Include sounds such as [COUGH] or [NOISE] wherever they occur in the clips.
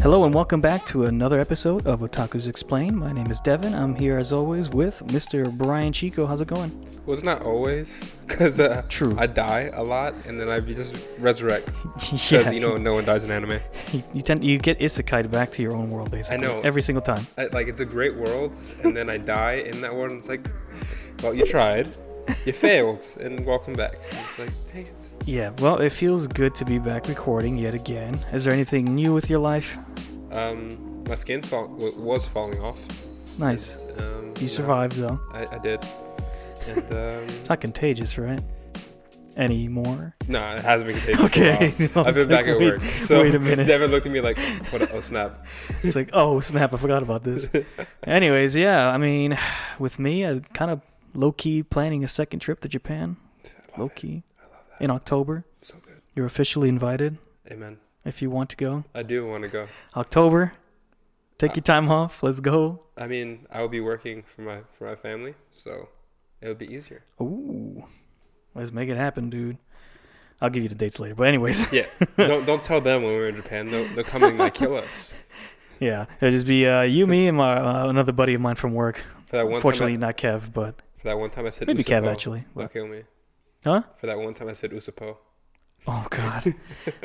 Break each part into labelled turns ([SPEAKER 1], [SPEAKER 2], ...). [SPEAKER 1] Hello and welcome back to another episode of Otaku's Explain. My name is Devin. I'm here as always with Mr. Brian Chico. How's it going?
[SPEAKER 2] [LAUGHS] Well, it's not always because uh,
[SPEAKER 1] True.
[SPEAKER 2] I die a lot and then I be- just resurrect because you know no one dies in anime.
[SPEAKER 1] you, [LAUGHS] you tend you get isekai back to your own world basically.
[SPEAKER 2] know.
[SPEAKER 1] every single time.
[SPEAKER 2] I, like it's a great world and then I die in that world. And it's like, well, you tried,
[SPEAKER 1] [LAUGHS]
[SPEAKER 2] you failed, and welcome back. And it's like, dang it.
[SPEAKER 1] Yeah. Well, it feels good to be back recording yet again. Is there anything new with your life?
[SPEAKER 2] Um, my skin's fall- w- was falling off.
[SPEAKER 1] Nice.
[SPEAKER 2] Um,
[SPEAKER 1] You survived though.
[SPEAKER 2] I, I did. And um,
[SPEAKER 1] [LAUGHS] It's not contagious, right? Anymore.
[SPEAKER 2] no, it hasn't been contagious.
[SPEAKER 1] Okay.
[SPEAKER 2] for
[SPEAKER 1] [LAUGHS]
[SPEAKER 2] a while.
[SPEAKER 1] I
[SPEAKER 2] I've
[SPEAKER 1] was
[SPEAKER 2] been back
[SPEAKER 1] like,
[SPEAKER 2] at
[SPEAKER 1] wait-
[SPEAKER 2] work. So
[SPEAKER 1] wait a
[SPEAKER 2] [LAUGHS]
[SPEAKER 1] minute.
[SPEAKER 2] Devin looked at me like, what? A, oh snap!
[SPEAKER 1] It's like, oh snap, I forgot about
[SPEAKER 2] [LAUGHS]
[SPEAKER 1] this. Anyways, yeah, I mean, with me, I kind of low key planning a second trip to Japan. Low key. In October.
[SPEAKER 2] So good.
[SPEAKER 1] You're officially invited
[SPEAKER 2] Amen.
[SPEAKER 1] if you want to go.
[SPEAKER 2] I do want to go.
[SPEAKER 1] October. Take your time off. Let's go.
[SPEAKER 2] I mean, I will be working for my for my family, so it would be easier.
[SPEAKER 1] Ooh. Let's make it happen, dude. I'll give you the dates later. But
[SPEAKER 2] [LAUGHS]
[SPEAKER 1] anyways, [LAUGHS]
[SPEAKER 2] Yeah. don't don't tell them when we're in Japan. They'll they'll come and like kill us
[SPEAKER 1] yeah, it'll just be uh, you, me, and my uh, another buddy of mine from work.
[SPEAKER 2] for that one
[SPEAKER 1] Fortunately,
[SPEAKER 2] time.
[SPEAKER 1] not Kev, but
[SPEAKER 2] I, for that one time I said
[SPEAKER 1] maybe Kev
[SPEAKER 2] Usapo,
[SPEAKER 1] actually.
[SPEAKER 2] They'll
[SPEAKER 1] But,
[SPEAKER 2] kill me.
[SPEAKER 1] huh?
[SPEAKER 2] For that one time I said Usapo.
[SPEAKER 1] Oh [LAUGHS] God!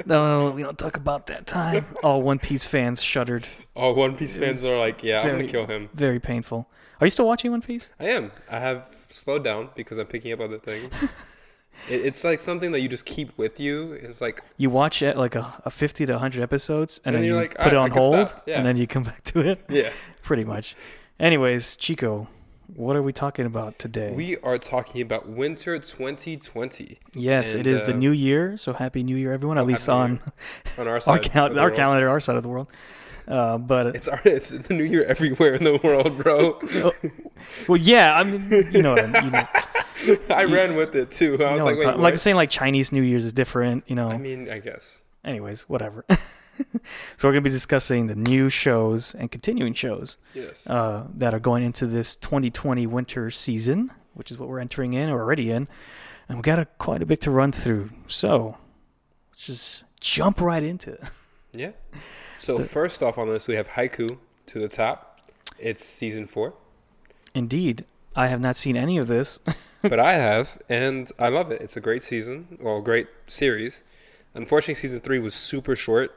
[SPEAKER 1] no, we don't talk about that time. All One Piece fans shuddered.
[SPEAKER 2] Oh, One Piece fans
[SPEAKER 1] was
[SPEAKER 2] are like, yeah, I'm
[SPEAKER 1] very-
[SPEAKER 2] gonna kill him.
[SPEAKER 1] Very painful. Are you still watching One Piece?
[SPEAKER 2] I am. I have slowed down because I'm picking up
[SPEAKER 1] [LAUGHS]
[SPEAKER 2] other things. it, it's like something that you just keep with you. It's like
[SPEAKER 1] You watch it like a, a fifty to hundred episodes, and,
[SPEAKER 2] And
[SPEAKER 1] then
[SPEAKER 2] you're
[SPEAKER 1] you
[SPEAKER 2] like,
[SPEAKER 1] put it
[SPEAKER 2] "Alright, I
[SPEAKER 1] on
[SPEAKER 2] can
[SPEAKER 1] hold,
[SPEAKER 2] stop." Yeah.
[SPEAKER 1] and then you come [LAUGHS] back to it.
[SPEAKER 2] yeah.
[SPEAKER 1] Pretty much. Anyways, Chico, what are we talking about today?
[SPEAKER 2] We are talking about winter 2020
[SPEAKER 1] yes,
[SPEAKER 2] and,
[SPEAKER 1] it is the
[SPEAKER 2] uh,
[SPEAKER 1] new year, so happy New Year, everyone. At least
[SPEAKER 2] Happy New
[SPEAKER 1] on
[SPEAKER 2] Year on our
[SPEAKER 1] [LAUGHS]
[SPEAKER 2] side.
[SPEAKER 1] our
[SPEAKER 2] of
[SPEAKER 1] cal-
[SPEAKER 2] the
[SPEAKER 1] our
[SPEAKER 2] world.
[SPEAKER 1] calendar, our side of the world. Uh, but
[SPEAKER 2] [LAUGHS] It's our, it's the new year everywhere in the world, bro.
[SPEAKER 1] well, yeah, I mean, you know, what I mean, you know,
[SPEAKER 2] I ran with it too. I
[SPEAKER 1] you know
[SPEAKER 2] was like,
[SPEAKER 1] like,
[SPEAKER 2] wait,
[SPEAKER 1] I'm
[SPEAKER 2] what?
[SPEAKER 1] like saying like Chinese New Year's is different, you know.
[SPEAKER 2] I mean, I guess.
[SPEAKER 1] anyways, whatever. [LAUGHS] so we're gonna be discussing the new shows and continuing shows
[SPEAKER 2] Yes.
[SPEAKER 1] uh, that are going into this 2020 winter season, which is what we're entering in or already in, and we got a, quite a bit to run through. So let's just jump right into it. [LAUGHS]
[SPEAKER 2] yeah. So first off on this, we have Haiku to the top. It's season four,
[SPEAKER 1] Indeed, I have not seen any of this. [LAUGHS]
[SPEAKER 2] but I have, and I love it. It's a great season, well, great series. Unfortunately, season three was super short,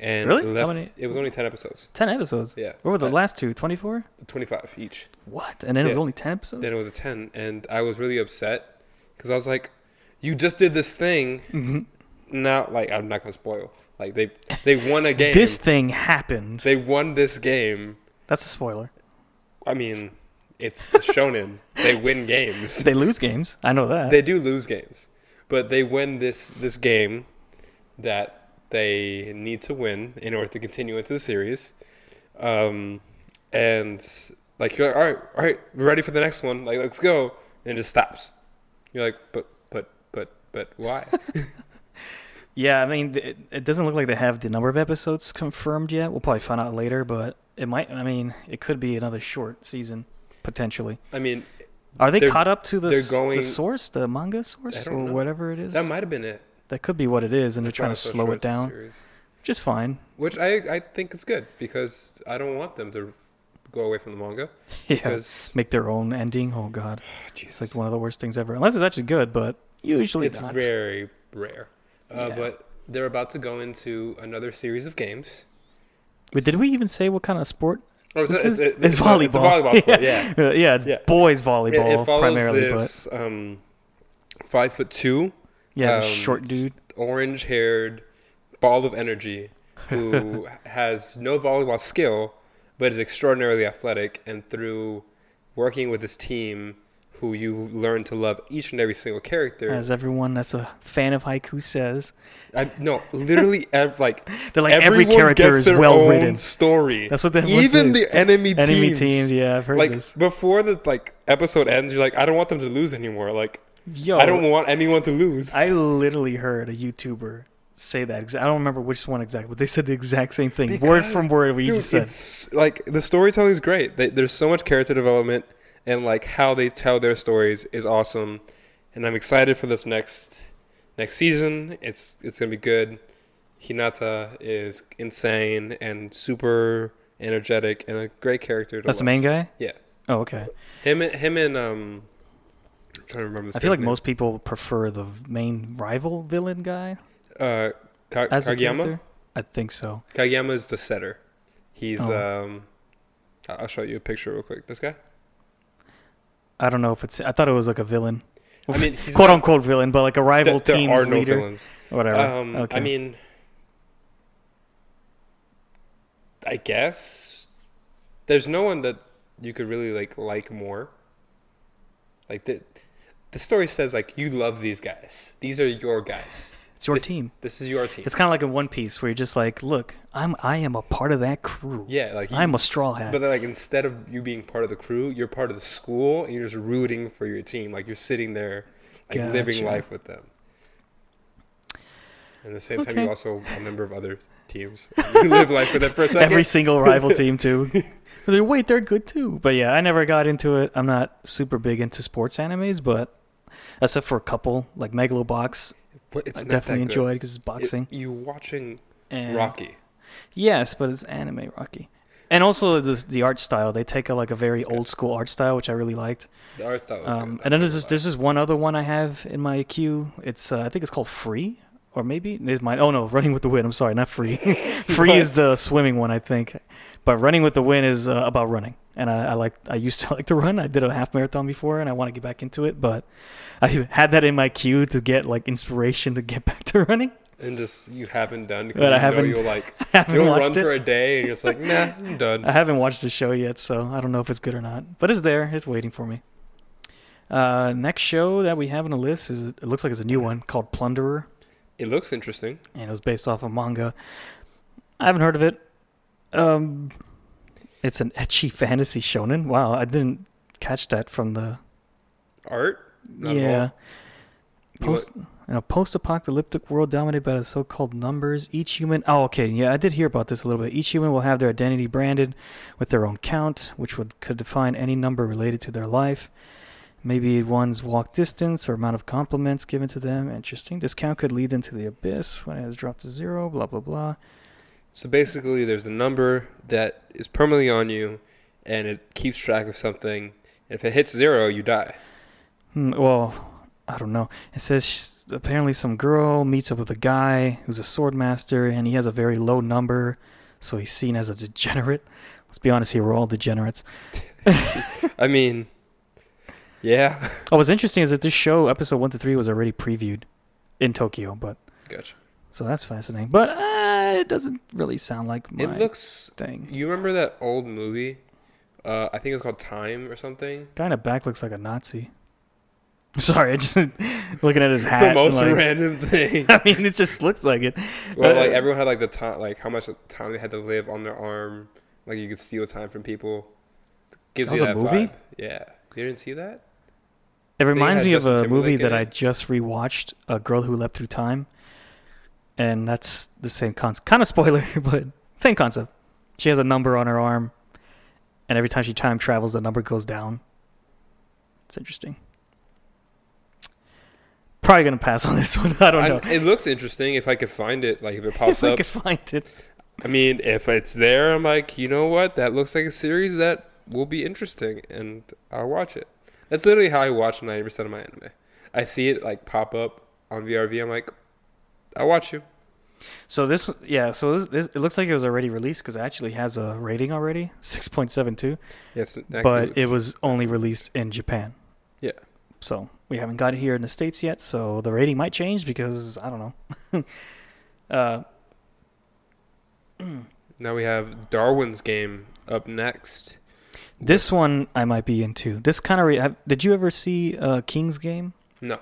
[SPEAKER 2] and
[SPEAKER 1] Really? How
[SPEAKER 2] left,
[SPEAKER 1] many-
[SPEAKER 2] it was only ten episodes.
[SPEAKER 1] 10 episodes.
[SPEAKER 2] Yeah,
[SPEAKER 1] What were the
[SPEAKER 2] Uh,
[SPEAKER 1] last two? 24?
[SPEAKER 2] twenty-five each.
[SPEAKER 1] What? And then it was
[SPEAKER 2] Yeah.
[SPEAKER 1] only 10 episodes?
[SPEAKER 2] Then it was a ten, and I was really upset because I was like, "You just did this thing."
[SPEAKER 1] Mm-hmm.
[SPEAKER 2] Now, like, I'm not gonna spoil. Like they they won a game.
[SPEAKER 1] This thing happened.
[SPEAKER 2] they won this game.
[SPEAKER 1] That's a spoiler.
[SPEAKER 2] I mean, it's shonen. they win games.
[SPEAKER 1] They lose games. I know that.
[SPEAKER 2] They do lose games, but they win this this game that they need to win in order to continue into the series. Um, and like you're like, all right, all right, we're ready for the next one. Like let's go, and it just stops. You're like, but but but but
[SPEAKER 1] [LAUGHS]
[SPEAKER 2] why?
[SPEAKER 1] Yeah, I mean, th- it, it doesn't look like they have the number of episodes confirmed yet. We'll probably find out later, but it might. I mean, it could be another short season potentially.
[SPEAKER 2] I mean,
[SPEAKER 1] Are they
[SPEAKER 2] They're-
[SPEAKER 1] caught up to the,
[SPEAKER 2] they're
[SPEAKER 1] s-
[SPEAKER 2] going-
[SPEAKER 1] the source, the manga source,
[SPEAKER 2] I
[SPEAKER 1] or
[SPEAKER 2] don't know.
[SPEAKER 1] whatever it is?
[SPEAKER 2] that might have been it.
[SPEAKER 1] That could be what it is, and they're
[SPEAKER 2] That's why
[SPEAKER 1] trying to
[SPEAKER 2] it's so
[SPEAKER 1] slow
[SPEAKER 2] short,
[SPEAKER 1] it
[SPEAKER 2] the
[SPEAKER 1] down.
[SPEAKER 2] series.
[SPEAKER 1] Which is fine. [LAUGHS]
[SPEAKER 2] Which I I think it's good because I don't want them to go away from the manga
[SPEAKER 1] Yeah,
[SPEAKER 2] because
[SPEAKER 1] make their own ending. Oh god, it's
[SPEAKER 2] Jesus.
[SPEAKER 1] like one of the worst things ever. Unless it's actually good, but usually
[SPEAKER 2] it's
[SPEAKER 1] not.
[SPEAKER 2] very rare. Uh,
[SPEAKER 1] Yeah.
[SPEAKER 2] But they're about to go into another series of games.
[SPEAKER 1] But did we even say what kind of sport? [LAUGHS]
[SPEAKER 2] Or is
[SPEAKER 1] this
[SPEAKER 2] it-
[SPEAKER 1] is?
[SPEAKER 2] it-
[SPEAKER 1] it's,
[SPEAKER 2] a- It's a
[SPEAKER 1] volleyball.
[SPEAKER 2] volleyball sport, yeah.
[SPEAKER 1] [LAUGHS] yeah, yeah, it's
[SPEAKER 2] Yeah.
[SPEAKER 1] boys
[SPEAKER 2] It,
[SPEAKER 1] volleyball
[SPEAKER 2] it follows
[SPEAKER 1] primarily, but
[SPEAKER 2] this um, five foot two,
[SPEAKER 1] yeah, it's a
[SPEAKER 2] um,
[SPEAKER 1] short dude.
[SPEAKER 2] orange haired ball of energy
[SPEAKER 1] [LAUGHS]
[SPEAKER 2] who has no volleyball skill, but is extraordinarily athletic. And through working with his team, who you learn to love each and every single character.
[SPEAKER 1] As everyone that's a fan of haiku says,
[SPEAKER 2] I, no,
[SPEAKER 1] [LAUGHS]
[SPEAKER 2] literally, ev- like
[SPEAKER 1] they're like every
[SPEAKER 2] everyone
[SPEAKER 1] character
[SPEAKER 2] gets
[SPEAKER 1] is
[SPEAKER 2] their
[SPEAKER 1] well
[SPEAKER 2] own
[SPEAKER 1] written.
[SPEAKER 2] Story.
[SPEAKER 1] That's what that one
[SPEAKER 2] even
[SPEAKER 1] is.
[SPEAKER 2] the enemy teams,
[SPEAKER 1] Enemy teams, yeah, I've heard
[SPEAKER 2] like
[SPEAKER 1] this.
[SPEAKER 2] before the like episode ends, you're like, I don't want them to lose anymore. Like
[SPEAKER 1] Yo,
[SPEAKER 2] I don't want anyone to lose.
[SPEAKER 1] I literally heard a YouTuber say that. exa- I don't remember which one exactly, but they said the exact same thing, word
[SPEAKER 2] Because,
[SPEAKER 1] from word. What you
[SPEAKER 2] Dude,
[SPEAKER 1] just said.
[SPEAKER 2] it's like the storytelling is great. They, there's so much character development, and like how they tell their stories is awesome. And I'm excited for this next next season. It's it's gonna be good. Hinata is insane and super energetic and a great character. To
[SPEAKER 1] That's the
[SPEAKER 2] watch.
[SPEAKER 1] main guy.
[SPEAKER 2] Yeah,
[SPEAKER 1] Oh, okay.
[SPEAKER 2] him, and- him, and um, I'm trying to remember. This
[SPEAKER 1] I feel like
[SPEAKER 2] guy's
[SPEAKER 1] most people prefer the v- main rival villain guy
[SPEAKER 2] name. Uh, Ka-
[SPEAKER 1] as a
[SPEAKER 2] Kageyama.
[SPEAKER 1] character. I think so.
[SPEAKER 2] Kageyama is the setter. He's
[SPEAKER 1] Oh.
[SPEAKER 2] um, I- I'll show you a picture real quick. This guy.
[SPEAKER 1] I don't know if it's. I thought it was like a villain, [LAUGHS]
[SPEAKER 2] I mean, he's
[SPEAKER 1] quote
[SPEAKER 2] not-
[SPEAKER 1] unquote villain, but like a rival
[SPEAKER 2] th- there
[SPEAKER 1] team's
[SPEAKER 2] are no
[SPEAKER 1] leader.
[SPEAKER 2] villains.
[SPEAKER 1] Whatever.
[SPEAKER 2] Um,
[SPEAKER 1] okay.
[SPEAKER 2] I mean, I guess there's no one that you could really like like more. Like the the story says, like you love these guys. These are your guys.
[SPEAKER 1] it's your
[SPEAKER 2] this-
[SPEAKER 1] team.
[SPEAKER 2] This is your team.
[SPEAKER 1] It's kind of like in One Piece where you're just like, look, I'm I am a part of that crew.
[SPEAKER 2] yeah, like you,
[SPEAKER 1] I'm a straw hat.
[SPEAKER 2] but like instead of you being part of the crew, you're part of the school, and you're just rooting for your team. Like you're sitting there, like living
[SPEAKER 1] Gotcha.
[SPEAKER 2] life with them. And at the same time,
[SPEAKER 1] Okay.
[SPEAKER 2] you're also a member of other teams. [LAUGHS] You live life with them for a second.
[SPEAKER 1] Every single rival
[SPEAKER 2] [LAUGHS]
[SPEAKER 1] team too. They're, Wait, they're good too. But yeah, I never got into it. I'm not super big into sports animes, but except for a couple like Megalobox,
[SPEAKER 2] But it's
[SPEAKER 1] I
[SPEAKER 2] not
[SPEAKER 1] definitely
[SPEAKER 2] that good.
[SPEAKER 1] enjoyed because it's
[SPEAKER 2] It-
[SPEAKER 1] boxing.
[SPEAKER 2] you watching
[SPEAKER 1] and
[SPEAKER 2] Rocky.
[SPEAKER 1] Yes, but it's anime Rocky. And also the the art style. They take a, like a very old school art style, which I really liked.
[SPEAKER 2] The art style was
[SPEAKER 1] Um,
[SPEAKER 2] good.
[SPEAKER 1] and then
[SPEAKER 2] I'm
[SPEAKER 1] there's
[SPEAKER 2] not
[SPEAKER 1] this,
[SPEAKER 2] gonna
[SPEAKER 1] there's this one other one I have in my queue. It's uh, I think it's called Free, or maybe there's mine. Oh no, Running with the Wind. I'm sorry, not
[SPEAKER 2] [LAUGHS]
[SPEAKER 1] Free. [LAUGHS] free is the swimming one, I think. But Running with the Wind is uh, about running, and I, I like I used to [LAUGHS] like to run. I did a half marathon before, and I want to get back into it. But [LAUGHS] I had that in my queue to get like inspiration to get [LAUGHS] back to running.
[SPEAKER 2] lie. and just you haven't done because
[SPEAKER 1] But
[SPEAKER 2] you
[SPEAKER 1] I
[SPEAKER 2] know
[SPEAKER 1] haven't-
[SPEAKER 2] you'll like
[SPEAKER 1] I [LAUGHS] haven't
[SPEAKER 2] you'll
[SPEAKER 1] watched
[SPEAKER 2] run
[SPEAKER 1] it.
[SPEAKER 2] for a day and you're just like nah I'm
[SPEAKER 1] I [LAUGHS]
[SPEAKER 2] done.
[SPEAKER 1] haven't watched the show yet, so I don't know if it's good or not. But it's there. It's waiting for me. Uh, next show that we have on the list is it looks like it's a new one called Plunderer,
[SPEAKER 2] It looks interesting.
[SPEAKER 1] and it was based off a manga. I haven't heard of it. Um, it's an etchy fantasy shonen. Wow, I didn't catch that from the
[SPEAKER 2] Art. Not at all.
[SPEAKER 1] yeah.
[SPEAKER 2] You
[SPEAKER 1] Post in a post-apocalyptic world dominated by the so-called numbers, each human. Oh, okay, yeah, I did hear about this a little bit. Each human will have their identity branded with their own count, which would could define any number related to their life. Maybe one's walk distance or amount of compliments given to them. Interesting. This count could lead into the abyss when it has dropped to zero. Blah blah blah.
[SPEAKER 2] So basically, there's the number that is permanently on you, and it keeps track of something. And if it hits zero, you die.
[SPEAKER 1] Hmm, well, I don't know. It says sh apparently some girl meets up with a guy who's a sword master, and he has a very low number, so he's seen as a degenerate. [LAUGHS] Let's be honest here, we're all degenerates.
[SPEAKER 2] I mean, yeah. [LAUGHS]
[SPEAKER 1] Oh, what's interesting is that this show, episode one to three, was already previewed in Tokyo, but
[SPEAKER 2] gotcha.
[SPEAKER 1] so that's fascinating. But uh, it doesn't really sound like my
[SPEAKER 2] It looks.
[SPEAKER 1] thing.
[SPEAKER 2] You remember that old movie? Uh, I think it's called Time or something.
[SPEAKER 1] Guy in the back looks like a Nazi. [LAUGHS] Sorry, I just [LAUGHS] looking at his hat.
[SPEAKER 2] the
[SPEAKER 1] and,
[SPEAKER 2] most
[SPEAKER 1] like-
[SPEAKER 2] random thing.
[SPEAKER 1] [LAUGHS] I mean, it just looks like it.
[SPEAKER 2] Well,
[SPEAKER 1] [LAUGHS]
[SPEAKER 2] like
[SPEAKER 1] Uh,
[SPEAKER 2] everyone had like the time, like how much time they had to live on their arm. Like you could steal time from people. Gives
[SPEAKER 1] That was
[SPEAKER 2] you
[SPEAKER 1] a
[SPEAKER 2] that
[SPEAKER 1] movie?
[SPEAKER 2] vibe. Yeah, you didn't see that.
[SPEAKER 1] It reminds
[SPEAKER 2] had
[SPEAKER 1] me of
[SPEAKER 2] Justin
[SPEAKER 1] a movie
[SPEAKER 2] Timberlake in
[SPEAKER 1] that I
[SPEAKER 2] it.
[SPEAKER 1] just rewatched, A Girl Who Leapt Through Time. And that's the same concept. Kind of spoiler, [LAUGHS] but same concept. She has a number on her arm, and every time she time travels, the number goes down. It's interesting. Probably going to pass on this [LAUGHS] one. I don't know.
[SPEAKER 2] I- it looks interesting if I could find it. Like if
[SPEAKER 1] [LAUGHS]
[SPEAKER 2] it
[SPEAKER 1] If
[SPEAKER 2] pops
[SPEAKER 1] we
[SPEAKER 2] up.
[SPEAKER 1] could find it.
[SPEAKER 2] I mean, if it's there, I'm like, you know what? That looks like a series that will be interesting, and I'll watch it. That's literally how I watch 90% of my anime. I see it like pop up on VRV. I'm like, I'll watch you.
[SPEAKER 1] So this, yeah, so this, this it looks like it was already released because it actually has a rating already 6.72.
[SPEAKER 2] Yes,
[SPEAKER 1] but it was only released in Japan.
[SPEAKER 2] Yeah.
[SPEAKER 1] So we haven't got it here in the states yet. So the rating might change because I don't know. [LAUGHS] uh,
[SPEAKER 2] Now we have Darwin's game up next.
[SPEAKER 1] this one I might be into. This kind of re- have, did you ever see uh, King's Game?
[SPEAKER 2] No.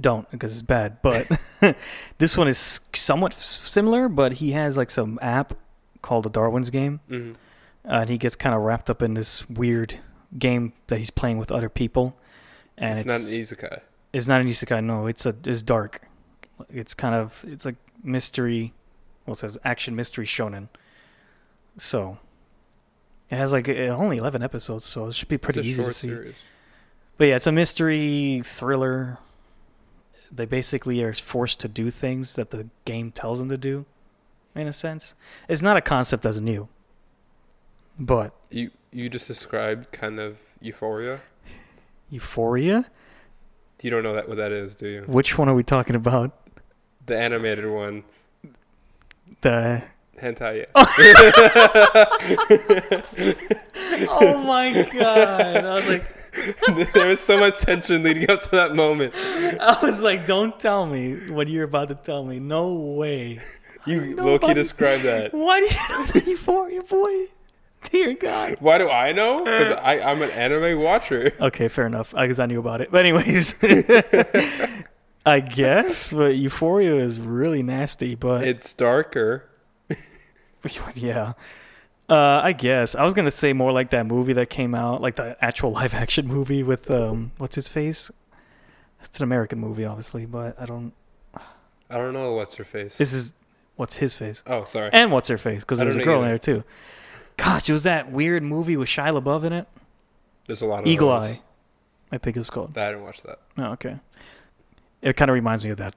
[SPEAKER 1] Don't because it's bad. But [LAUGHS] this one is somewhat s- similar. But he has like some app called the Darwin's Game.
[SPEAKER 2] hmm
[SPEAKER 1] uh, and he gets kind of wrapped up in this weird game that he's playing with other people. And
[SPEAKER 2] It's,
[SPEAKER 1] it's,
[SPEAKER 2] not an isekai.
[SPEAKER 1] it's not an isekai. No, it's a it's dark. It's kind of it's like mystery. Well, it says action mystery shonen. So it has like uh, only eleven episodes, so it should be pretty
[SPEAKER 2] it's a
[SPEAKER 1] easy to
[SPEAKER 2] short
[SPEAKER 1] see.
[SPEAKER 2] series.
[SPEAKER 1] But yeah, it's a mystery thriller. they basically are forced to do things that the game tells them to do, in a sense. It's not a concept that's new, but
[SPEAKER 2] You you just described kind of euphoria.
[SPEAKER 1] Euphoria.
[SPEAKER 2] You don't know that what that is, do you?
[SPEAKER 1] Which one are we talking about?
[SPEAKER 2] The animated one,
[SPEAKER 1] The [LAUGHS]
[SPEAKER 2] hentai. [LAUGHS]
[SPEAKER 1] oh my god! I was like,
[SPEAKER 2] there was so much tension leading up to that moment.
[SPEAKER 1] I was like, don't tell me what you're about to tell me. No way.
[SPEAKER 2] You
[SPEAKER 1] know
[SPEAKER 2] low key
[SPEAKER 1] about-
[SPEAKER 2] described that.
[SPEAKER 1] Why do you know the euphoria, boy? Dear God.
[SPEAKER 2] Why do I know? Because I'm an anime watcher.
[SPEAKER 1] Okay, fair enough. I guess I knew about it. But anyways, [LAUGHS] I guess. But euphoria is really nasty. But
[SPEAKER 2] It's darker.
[SPEAKER 1] [LAUGHS] yeah, uh, I guess I was gonna say more like that movie that came out, like the actual [LAUGHS] live action movie with um, what's his face? It's an American movie, obviously, but I don't.
[SPEAKER 2] I don't know what's her face.
[SPEAKER 1] This is what's his face
[SPEAKER 2] oh, sorry.
[SPEAKER 1] and what's her face because
[SPEAKER 2] I
[SPEAKER 1] there was a
[SPEAKER 2] don't
[SPEAKER 1] girl
[SPEAKER 2] know
[SPEAKER 1] in there too. Gosh, it was that weird movie with Shia LaBeouf in it.
[SPEAKER 2] There's a lot of
[SPEAKER 1] Eagle
[SPEAKER 2] those.
[SPEAKER 1] Eye. I think it was called.
[SPEAKER 2] I didn't watch that.
[SPEAKER 1] Oh, okay. It kind of reminds me of that.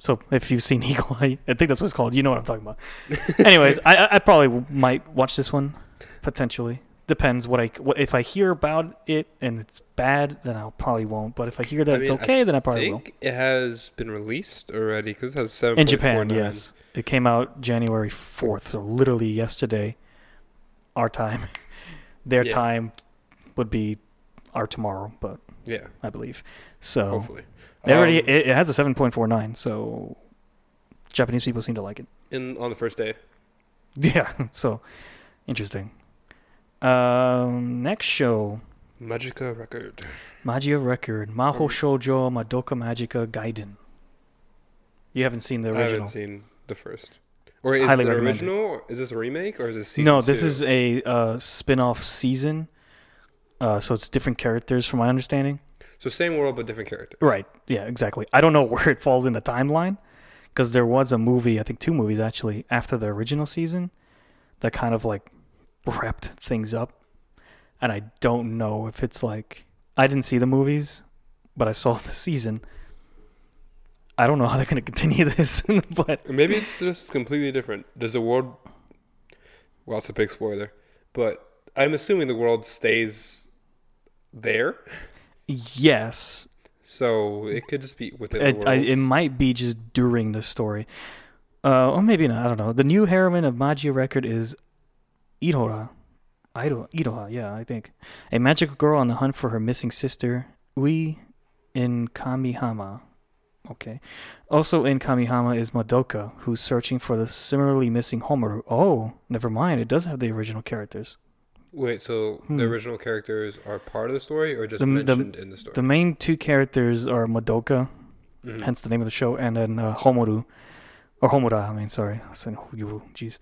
[SPEAKER 1] So if you've seen [LAUGHS] Eagle Eye, I think that's what it's called. You know what I'm talking
[SPEAKER 2] [LAUGHS]
[SPEAKER 1] about. Anyways, I, I- I probably w- might watch this one potentially. Depends what I what, if I hear about it and it's bad, then I'll probably won't. But if I hear that
[SPEAKER 2] I
[SPEAKER 1] it's
[SPEAKER 2] mean, I
[SPEAKER 1] okay, then I
[SPEAKER 2] I
[SPEAKER 1] probably will.
[SPEAKER 2] think it has been released already because it has seven.
[SPEAKER 1] In Japan, yes, it came out January fourth, so literally yesterday, our time. [LAUGHS] Their
[SPEAKER 2] Yeah.
[SPEAKER 1] time would be our tomorrow, but
[SPEAKER 2] Yeah,
[SPEAKER 1] I believe so.
[SPEAKER 2] hopefully.
[SPEAKER 1] It Oh. already
[SPEAKER 2] Um,
[SPEAKER 1] it, it has a seven point four nine, so Japanese people seem to like it. [LAUGHS]
[SPEAKER 2] in on the first day.
[SPEAKER 1] Yeah, so interesting. Um, next show,
[SPEAKER 2] Magica record.
[SPEAKER 1] Magia Record, Maho
[SPEAKER 2] Oh.
[SPEAKER 1] Shoujo Madoka Magica Gaiden. You haven't seen the
[SPEAKER 2] I haven't
[SPEAKER 1] original.
[SPEAKER 2] seen the first. Or is
[SPEAKER 1] Highly
[SPEAKER 2] it
[SPEAKER 1] recommend it.
[SPEAKER 2] original? Or is this a remake or is this season
[SPEAKER 1] No, this
[SPEAKER 2] two?
[SPEAKER 1] is a uh, spin off season. Uh, so it's different characters, from my understanding.
[SPEAKER 2] so same world but different character.
[SPEAKER 1] Right. Yeah, exactly. I don't know [LAUGHS] where it falls in the timeline because there was a movie, I think two movies actually, after the original season that kind of like wrapped things up. And I don't know if it's like, I didn't see the movies, but I saw [LAUGHS] the season. I don't know how they're going to continue [LAUGHS] this, but
[SPEAKER 2] Or Maybe it's just completely different. Does the world? Well, it's a big spoiler, but I'm assuming the world stays there,
[SPEAKER 1] yes,
[SPEAKER 2] so it could just be within the
[SPEAKER 1] it,
[SPEAKER 2] world.
[SPEAKER 1] I, it might be just during the story. Uh, or maybe not. I don't know. The new heroine of Magia Record is Iroha. Ido- Iroha, yeah, I think. A magical girl on the hunt for her missing sister, Ui in Kamihama. Okay. Also in Kamihama is Madoka, who's searching for the similarly missing Homaru. Oh, never mind. It does have the original characters.
[SPEAKER 2] Wait, so
[SPEAKER 1] Hmm.
[SPEAKER 2] the original characters are part of the story, or just
[SPEAKER 1] The- the-
[SPEAKER 2] mentioned in the story?
[SPEAKER 1] The main two characters are Madoka,
[SPEAKER 2] Mhm.
[SPEAKER 1] hence the name of the show, and then uh, Homoru, or Homura, I mean, sorry, I was saying Hoyuru, jeez.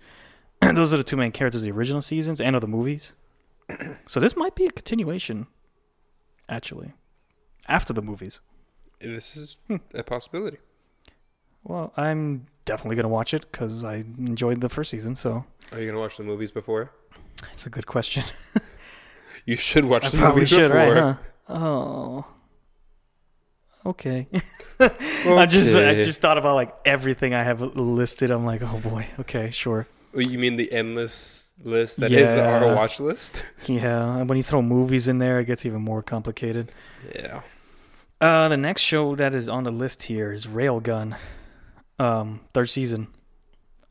[SPEAKER 1] [CLEARS THROAT] Those are the two main characters of the original seasons and of the
[SPEAKER 2] [CLEARS THROAT]
[SPEAKER 1] movies. so this might be a continuation, actually, after the movies.
[SPEAKER 2] This is
[SPEAKER 1] Hmm.
[SPEAKER 2] a possibility.
[SPEAKER 1] Well, I'm definitely going to watch it because I enjoyed the first season, so
[SPEAKER 2] Are you gonna watch the movies before?
[SPEAKER 1] it's a good question.
[SPEAKER 2] You should watch
[SPEAKER 1] I
[SPEAKER 2] the
[SPEAKER 1] probably
[SPEAKER 2] movies
[SPEAKER 1] should,
[SPEAKER 2] before.
[SPEAKER 1] right? Huh? Oh. Okay. I just I
[SPEAKER 2] Okay.
[SPEAKER 1] just thought about like everything I have listed. I'm like, oh boy, okay, sure.
[SPEAKER 2] Oh, You mean the endless list that is our
[SPEAKER 1] Yeah.
[SPEAKER 2] watch list?
[SPEAKER 1] Yeah, and when you throw movies in there, it gets even more complicated.
[SPEAKER 2] Yeah.
[SPEAKER 1] Uh, the next show that is on the list here is Railgun, um, third season.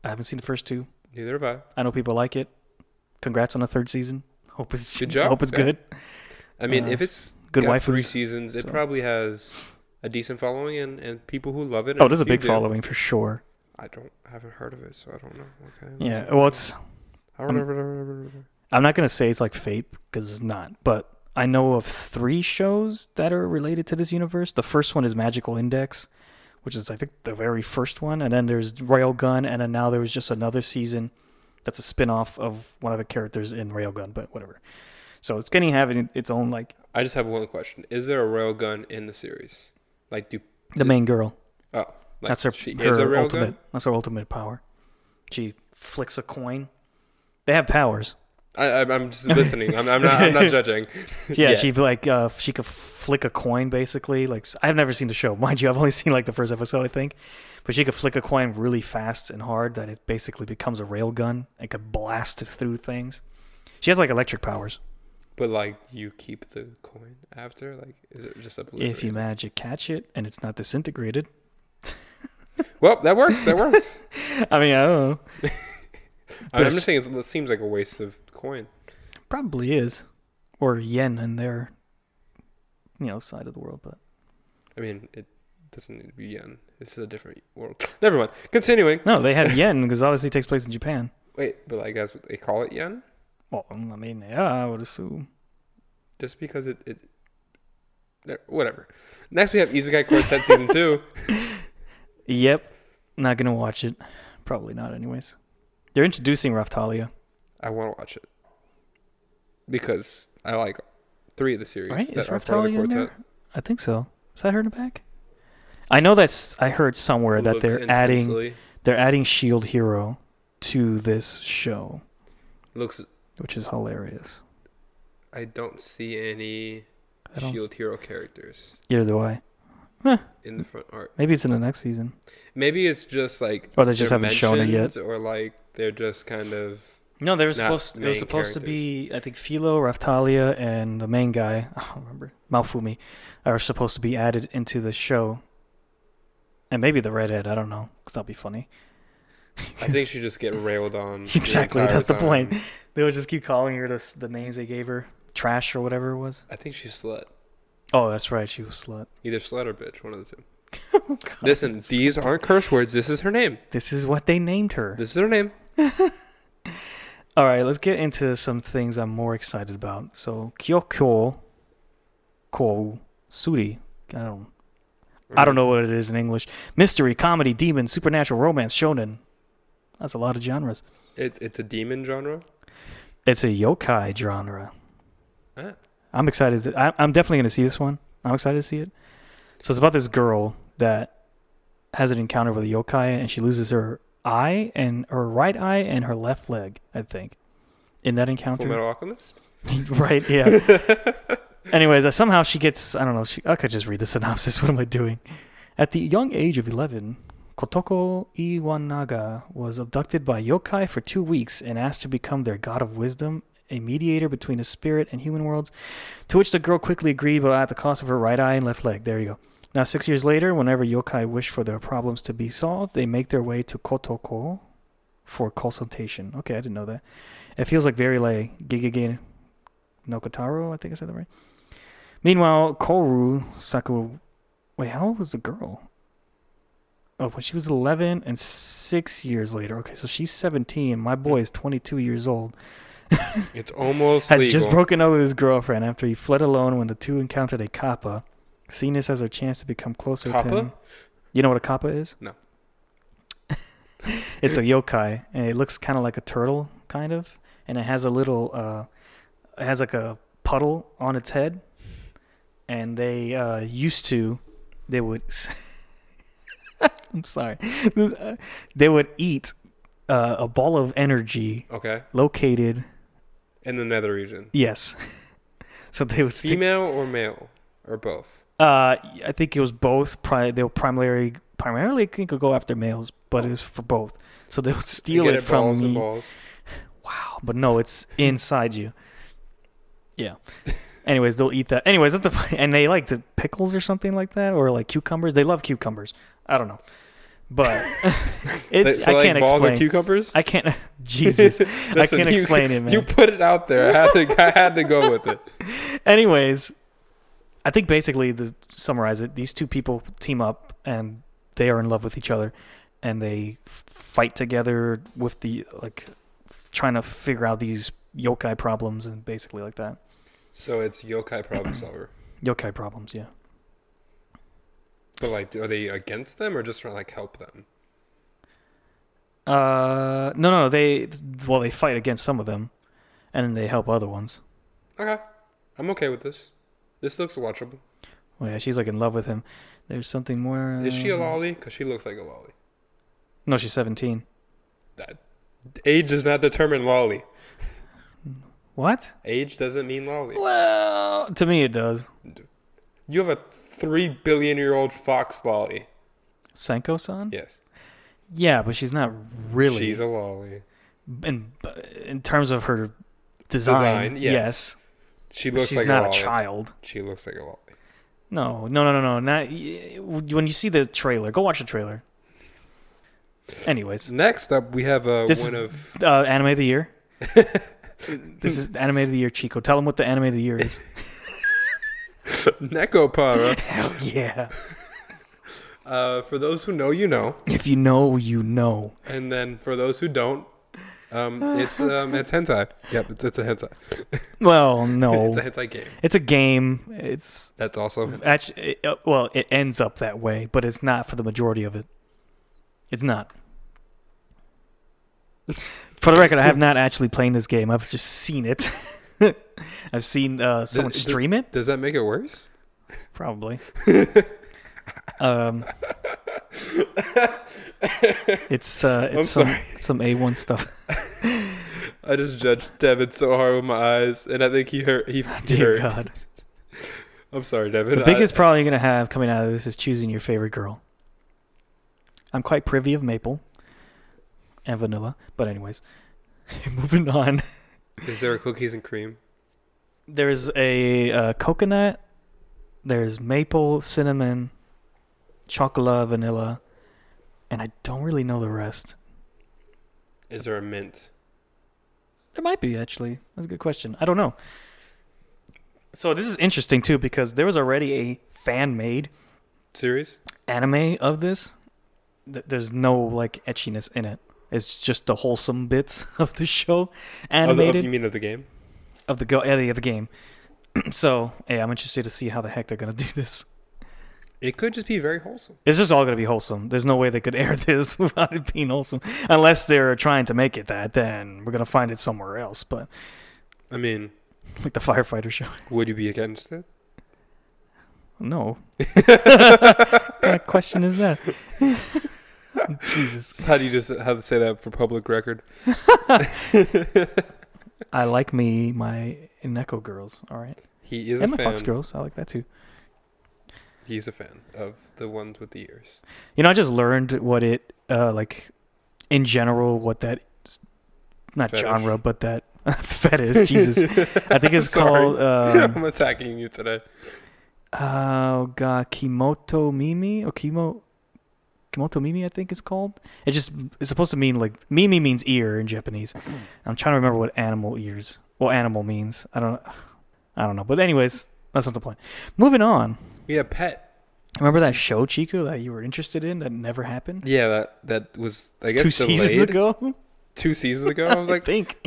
[SPEAKER 1] I haven't seen the first two.
[SPEAKER 2] Neither have I.
[SPEAKER 1] I know people like it. Congrats on the third season. Hope it's
[SPEAKER 2] Good job,
[SPEAKER 1] Hope it's
[SPEAKER 2] yeah.
[SPEAKER 1] good.
[SPEAKER 2] I mean,
[SPEAKER 1] Uh,
[SPEAKER 2] if it's
[SPEAKER 1] good
[SPEAKER 2] got three
[SPEAKER 1] waifus,
[SPEAKER 2] seasons, it
[SPEAKER 1] so.
[SPEAKER 2] probably has a decent following and, and people who love it.
[SPEAKER 1] Oh,
[SPEAKER 2] and
[SPEAKER 1] there's a
[SPEAKER 2] you
[SPEAKER 1] big
[SPEAKER 2] do.
[SPEAKER 1] following for sure.
[SPEAKER 2] I don't I haven't heard of it, so I don't know. Okay.
[SPEAKER 1] Yeah.
[SPEAKER 2] Well,
[SPEAKER 1] Well, it's
[SPEAKER 2] I don't know.
[SPEAKER 1] I'm not gonna say it's like Fate because it's not, but I know of three shows that are related to this universe. The first one is Magical Index, which is I think the very first one, and then there's Railgun, and then now there was just another season that's a spin-off of one of the characters in Railgun, but whatever. So it's gonna have it- its own like
[SPEAKER 2] I just have one question: Is there a rail gun in the series? Like, do
[SPEAKER 1] the main girl.
[SPEAKER 2] oh, like,
[SPEAKER 1] that's her,
[SPEAKER 2] she
[SPEAKER 1] her
[SPEAKER 2] is a rail
[SPEAKER 1] ultimate.
[SPEAKER 2] gun?
[SPEAKER 1] That's her ultimate power. She flicks a coin. They have powers.
[SPEAKER 2] I, I'm- I'm just listening. I'm, I'm not. I'm
[SPEAKER 1] [LAUGHS]
[SPEAKER 2] not judging.
[SPEAKER 1] Yeah,
[SPEAKER 2] Yeah.
[SPEAKER 1] she like uh, she could flick a coin basically. Like s- I've never seen the show, [LAUGHS] mind you. I've only seen like the first episode, I think. But she could flick a coin really fast and hard that it basically becomes a rail gun and could blast it through things. She has like electric powers.
[SPEAKER 2] But like, you keep the coin after. Like, is it just obliterated?
[SPEAKER 1] If you manage to catch it and it's not disintegrated, [LAUGHS]
[SPEAKER 2] well, that works. That works.
[SPEAKER 1] I mean, I don't know.
[SPEAKER 2] I mean, I'm
[SPEAKER 1] Best.
[SPEAKER 2] just saying it's, it seems like a waste of coin.
[SPEAKER 1] Probably is, or yen in their, you know, side of the world. But
[SPEAKER 2] I mean, it doesn't need to be yen. This is a different world. [LAUGHS] Never mind. Continuing.
[SPEAKER 1] no, they have yen because obviously it takes place in Japan.
[SPEAKER 2] Wait, but like, that's what they call it yen,
[SPEAKER 1] Well, I mean, yeah, I would assume.
[SPEAKER 2] just because it. it ne- whatever. Next, we have Izakai Quartet season two. [LAUGHS]
[SPEAKER 1] Yep. Not gonna watch it. Probably not anyways. They're introducing Raftalia,
[SPEAKER 2] I want to watch it because I like three of the series
[SPEAKER 1] right? Is
[SPEAKER 2] that are part of the
[SPEAKER 1] Raftalia in
[SPEAKER 2] quartet.
[SPEAKER 1] there? I think so. Is that her in the back? I know that's I heard somewhere that
[SPEAKER 2] Looks
[SPEAKER 1] they're adding
[SPEAKER 2] intensely-
[SPEAKER 1] they're adding Shield E Hero to this show,
[SPEAKER 2] looks.
[SPEAKER 1] which is hilarious.
[SPEAKER 2] I don't see any
[SPEAKER 1] I don't
[SPEAKER 2] Shield
[SPEAKER 1] s-
[SPEAKER 2] Hero characters
[SPEAKER 1] Either do I.
[SPEAKER 2] in the front art.
[SPEAKER 1] Maybe it's in the next season.
[SPEAKER 2] Maybe it's just like
[SPEAKER 1] Or Oh, they just
[SPEAKER 2] they're
[SPEAKER 1] haven't shown it yet.
[SPEAKER 2] mentioned or like they're just kind of.
[SPEAKER 1] No, they were
[SPEAKER 2] Not
[SPEAKER 1] supposed it
[SPEAKER 2] main
[SPEAKER 1] was supposed to be I think Philo, Raftalia, and the main guy, [LAUGHS] I don't remember, Malfumi, are supposed to be added into the show. And maybe the redhead, I don't know, 'cause that'd be funny.
[SPEAKER 2] I think she just get
[SPEAKER 1] [LAUGHS]
[SPEAKER 2] railed on. the
[SPEAKER 1] Exactly,
[SPEAKER 2] entire
[SPEAKER 1] that's the
[SPEAKER 2] time.
[SPEAKER 1] point. They would just keep calling her the, s- the names they gave her, trash or whatever it was.
[SPEAKER 2] I think she's slut.
[SPEAKER 1] Oh, that's right, she was slut.
[SPEAKER 2] Either slut or bitch, one of the two.
[SPEAKER 1] Oh, God,
[SPEAKER 2] Listen,
[SPEAKER 1] it's-
[SPEAKER 2] these aren't curse words. This is her name.
[SPEAKER 1] this is what they named her.
[SPEAKER 2] This is her name.
[SPEAKER 1] All right, let's get into some things I'm more excited about. So, Kyokyo Ko Suri. I don't I don't know what it is in English. Mystery, comedy, demon, supernatural, romance, shonen. That's a lot of genres.
[SPEAKER 2] It, it's a demon genre.
[SPEAKER 1] It's a yokai genre.
[SPEAKER 2] Ah.
[SPEAKER 1] I'm excited. To, I, I'm definitely going to see this one. I'm excited to see it. So it's about this girl that has an encounter with a yokai, and she loses her eye and her right eye and her left leg. I think in that
[SPEAKER 2] Full
[SPEAKER 1] encounter.
[SPEAKER 2] Metal Alchemist.
[SPEAKER 1] [LAUGHS] right. Yeah. Anyways, uh, somehow she gets. I don't know. She, I could just read the [LAUGHS] synopsis. What am I doing? At the young age of 11, Kotoko Iwanaga was abducted by yokai for two weeks and asked to become their god of wisdom, a mediator between the spirit and human worlds, to which the girl quickly agreed, but at the cost of her right eye and left leg. There you go. Now, six years later, whenever yokai wish for their problems to be solved, they make their way to Kotoko for consultation. Okay, I didn't know that. It feels like very like Gigage Nokotaro, I think I said that right. Meanwhile, Koru Saku. Wait, how old was the girl? Oh, when she was 11 and six years later. Okay, so she's 17. My boy is 22 years old
[SPEAKER 2] It's almost
[SPEAKER 1] has
[SPEAKER 2] legal.
[SPEAKER 1] just broken up with his girlfriend after he fled alone when the two encountered a kappa. Seeing this as a chance to become closer
[SPEAKER 2] Kappa?
[SPEAKER 1] to him. You know what a kappa is?
[SPEAKER 2] No.
[SPEAKER 1] [LAUGHS] it's a yokai, and it looks kind of like a turtle, kind of, and it has a little, uh, it has like a puddle on its head, and they uh, used to, they would. [LAUGHS] I'm sorry. They would eat uh, a ball of energy
[SPEAKER 2] okay.
[SPEAKER 1] located
[SPEAKER 2] In the nether region.
[SPEAKER 1] Yes. [LAUGHS] so they would stick.
[SPEAKER 2] Female or male or both.
[SPEAKER 1] Uh, I think it was both. Pri- they were primarily primarily I think would go after males, but it was for both. So they would
[SPEAKER 2] You
[SPEAKER 1] steal
[SPEAKER 2] get
[SPEAKER 1] it from
[SPEAKER 2] balls and
[SPEAKER 1] me.
[SPEAKER 2] balls.
[SPEAKER 1] Wow, but no, it's inside you. Yeah. [LAUGHS] Anyways, they'll eat that. Anyways, that's the [LAUGHS] and they like the pickles or something like that, or like cucumbers. They love cucumbers. I don't know,
[SPEAKER 2] [LAUGHS]
[SPEAKER 1] but [LAUGHS] it's
[SPEAKER 2] so,
[SPEAKER 1] I
[SPEAKER 2] like,
[SPEAKER 1] can't
[SPEAKER 2] balls
[SPEAKER 1] explain.
[SPEAKER 2] are cucumbers.
[SPEAKER 1] I can't. [LAUGHS]
[SPEAKER 2] [LAUGHS]
[SPEAKER 1] Jesus, I
[SPEAKER 2] Listen,
[SPEAKER 1] can't
[SPEAKER 2] you-
[SPEAKER 1] explain it, man.
[SPEAKER 2] You put it out there. I had to. I had to go with it.
[SPEAKER 1] Anyways, I think basically to summarize it, these two people team up and they are in love with each other, and they f- fight together with the like f- trying to figure out these yokai problems and basically like that
[SPEAKER 2] So it's yokai problem solver.
[SPEAKER 1] yokai problems. Yeah,
[SPEAKER 2] But like, are they against them or just trying to like help them?
[SPEAKER 1] uh, no, no, they well they fight against some of them, and then they help other ones.
[SPEAKER 2] Okay, I'm okay with this. This looks watchable.
[SPEAKER 1] Oh yeah, she's like in love with him. There's something more.
[SPEAKER 2] Is she a
[SPEAKER 1] uh,
[SPEAKER 2] lolly? Cause she looks like a lolly.
[SPEAKER 1] No, she's 17.
[SPEAKER 2] Age does not determine lolly.
[SPEAKER 1] What?
[SPEAKER 2] Age doesn't mean lolly.
[SPEAKER 1] Well, to me it does.
[SPEAKER 2] You have a three billion year old fox lolly.
[SPEAKER 1] Senko san? Yeah.
[SPEAKER 2] Yes.
[SPEAKER 1] but she's not really.
[SPEAKER 2] She's a lolly.
[SPEAKER 1] in, in terms of her design,
[SPEAKER 2] Design,
[SPEAKER 1] yes.
[SPEAKER 2] yes. She
[SPEAKER 1] But
[SPEAKER 2] looks
[SPEAKER 1] she's
[SPEAKER 2] like
[SPEAKER 1] not
[SPEAKER 2] a
[SPEAKER 1] a
[SPEAKER 2] lolly.
[SPEAKER 1] child.
[SPEAKER 2] She looks like a lolly.
[SPEAKER 1] No, no, no, no, no. Not when you see the trailer. Go watch the trailer. Anyways,
[SPEAKER 2] Next up, we have uh,
[SPEAKER 1] This-
[SPEAKER 2] one of [LAUGHS]
[SPEAKER 1] uh, anime of the year. this is anime of the year, Chico. Tell them what the anime of the year
[SPEAKER 2] [LAUGHS]
[SPEAKER 1] is. [LAUGHS]
[SPEAKER 2] Nekopara.
[SPEAKER 1] Hell yeah!
[SPEAKER 2] Uh, for those who know, you know,
[SPEAKER 1] If you know, you know.
[SPEAKER 2] and then for those who don't, um, it's um, it's hentai. Yep, it's, it's a hentai.
[SPEAKER 1] Well, no,
[SPEAKER 2] [LAUGHS] It's a hentai game.
[SPEAKER 1] it's a game. It's
[SPEAKER 2] That's also
[SPEAKER 1] actually it, uh, well, it ends up that way, but it's not for the majority of it. It's not. For the record, I have not actually played this game. I've just seen it. [LAUGHS] I've seen uh, someone
[SPEAKER 2] th-
[SPEAKER 1] stream it,
[SPEAKER 2] does that make it worse?
[SPEAKER 1] probably. um, it's uh, it's some
[SPEAKER 2] sorry.
[SPEAKER 1] some A1 stuff. [LAUGHS]
[SPEAKER 2] I just judged Devin so hard with my eyes, and I think he hurt. He
[SPEAKER 1] [LAUGHS] Dear
[SPEAKER 2] hurt.
[SPEAKER 1] God,
[SPEAKER 2] I'm sorry, Devin.
[SPEAKER 1] the biggest problem you're gonna have coming out of this is choosing your favorite girl. I'm quite privy of maple and vanilla, but anyways, [LAUGHS] moving on.
[SPEAKER 2] I, is there a cookies and cream?
[SPEAKER 1] There's a uh, coconut. There's maple, cinnamon, chocolate, vanilla, and I don't really know the rest.
[SPEAKER 2] Is there a mint?
[SPEAKER 1] There might be actually. That's a good question. I don't know. So this is interesting too because there was already a fan-made
[SPEAKER 2] Serious?
[SPEAKER 1] anime of this. Th- There's no like etchiness in it. It's just the wholesome bits [LAUGHS] of the show
[SPEAKER 2] Of the- of-
[SPEAKER 1] animated
[SPEAKER 2] you mean of the game?
[SPEAKER 1] of the go of the game. [CLEARS THROAT] so hey, I'm interested to see how the heck they're gonna do this.
[SPEAKER 2] It could just be very wholesome.
[SPEAKER 1] It's just all gonna be wholesome. There's no way they could [LAUGHS] air this without it being wholesome, unless they're trying to make it that. Then we're gonna find it somewhere else, but [LAUGHS]
[SPEAKER 2] I mean,
[SPEAKER 1] like the firefighter show. [LAUGHS]
[SPEAKER 2] would you be against it?
[SPEAKER 1] No. what kind of question is that? [LAUGHS] Jesus,
[SPEAKER 2] How do you just how to say that for public record?
[SPEAKER 1] I like me my Ineko girls. All right,
[SPEAKER 2] He is
[SPEAKER 1] and my
[SPEAKER 2] a fan.
[SPEAKER 1] Fox girls. I like that too.
[SPEAKER 2] He's a fan of the ones with the ears.
[SPEAKER 1] You know, I just learned what it uh like in general what that not
[SPEAKER 2] Fetish.
[SPEAKER 1] genre, but that [LAUGHS] fetish. Jesus, I think it's
[SPEAKER 2] [LAUGHS] Sorry.
[SPEAKER 1] called um,
[SPEAKER 2] [LAUGHS] I'm attacking you today.
[SPEAKER 1] oh god Kimoto Mimi or Kimo Kimoto Mimi. I think it's called. It just it's supposed to mean like Mimi means ear in
[SPEAKER 2] [CLEARS THROAT]
[SPEAKER 1] Japanese. I'm trying to remember what animal ears well animal means. I don't I don't know. But anyways, that's not the point. Moving on.
[SPEAKER 2] We had a pet.
[SPEAKER 1] Remember that show Chico that you were interested in that never happened
[SPEAKER 2] Yeah, that that was I guess
[SPEAKER 1] two
[SPEAKER 2] delayed
[SPEAKER 1] seasons ago.
[SPEAKER 2] two seasons ago. I was like,
[SPEAKER 1] think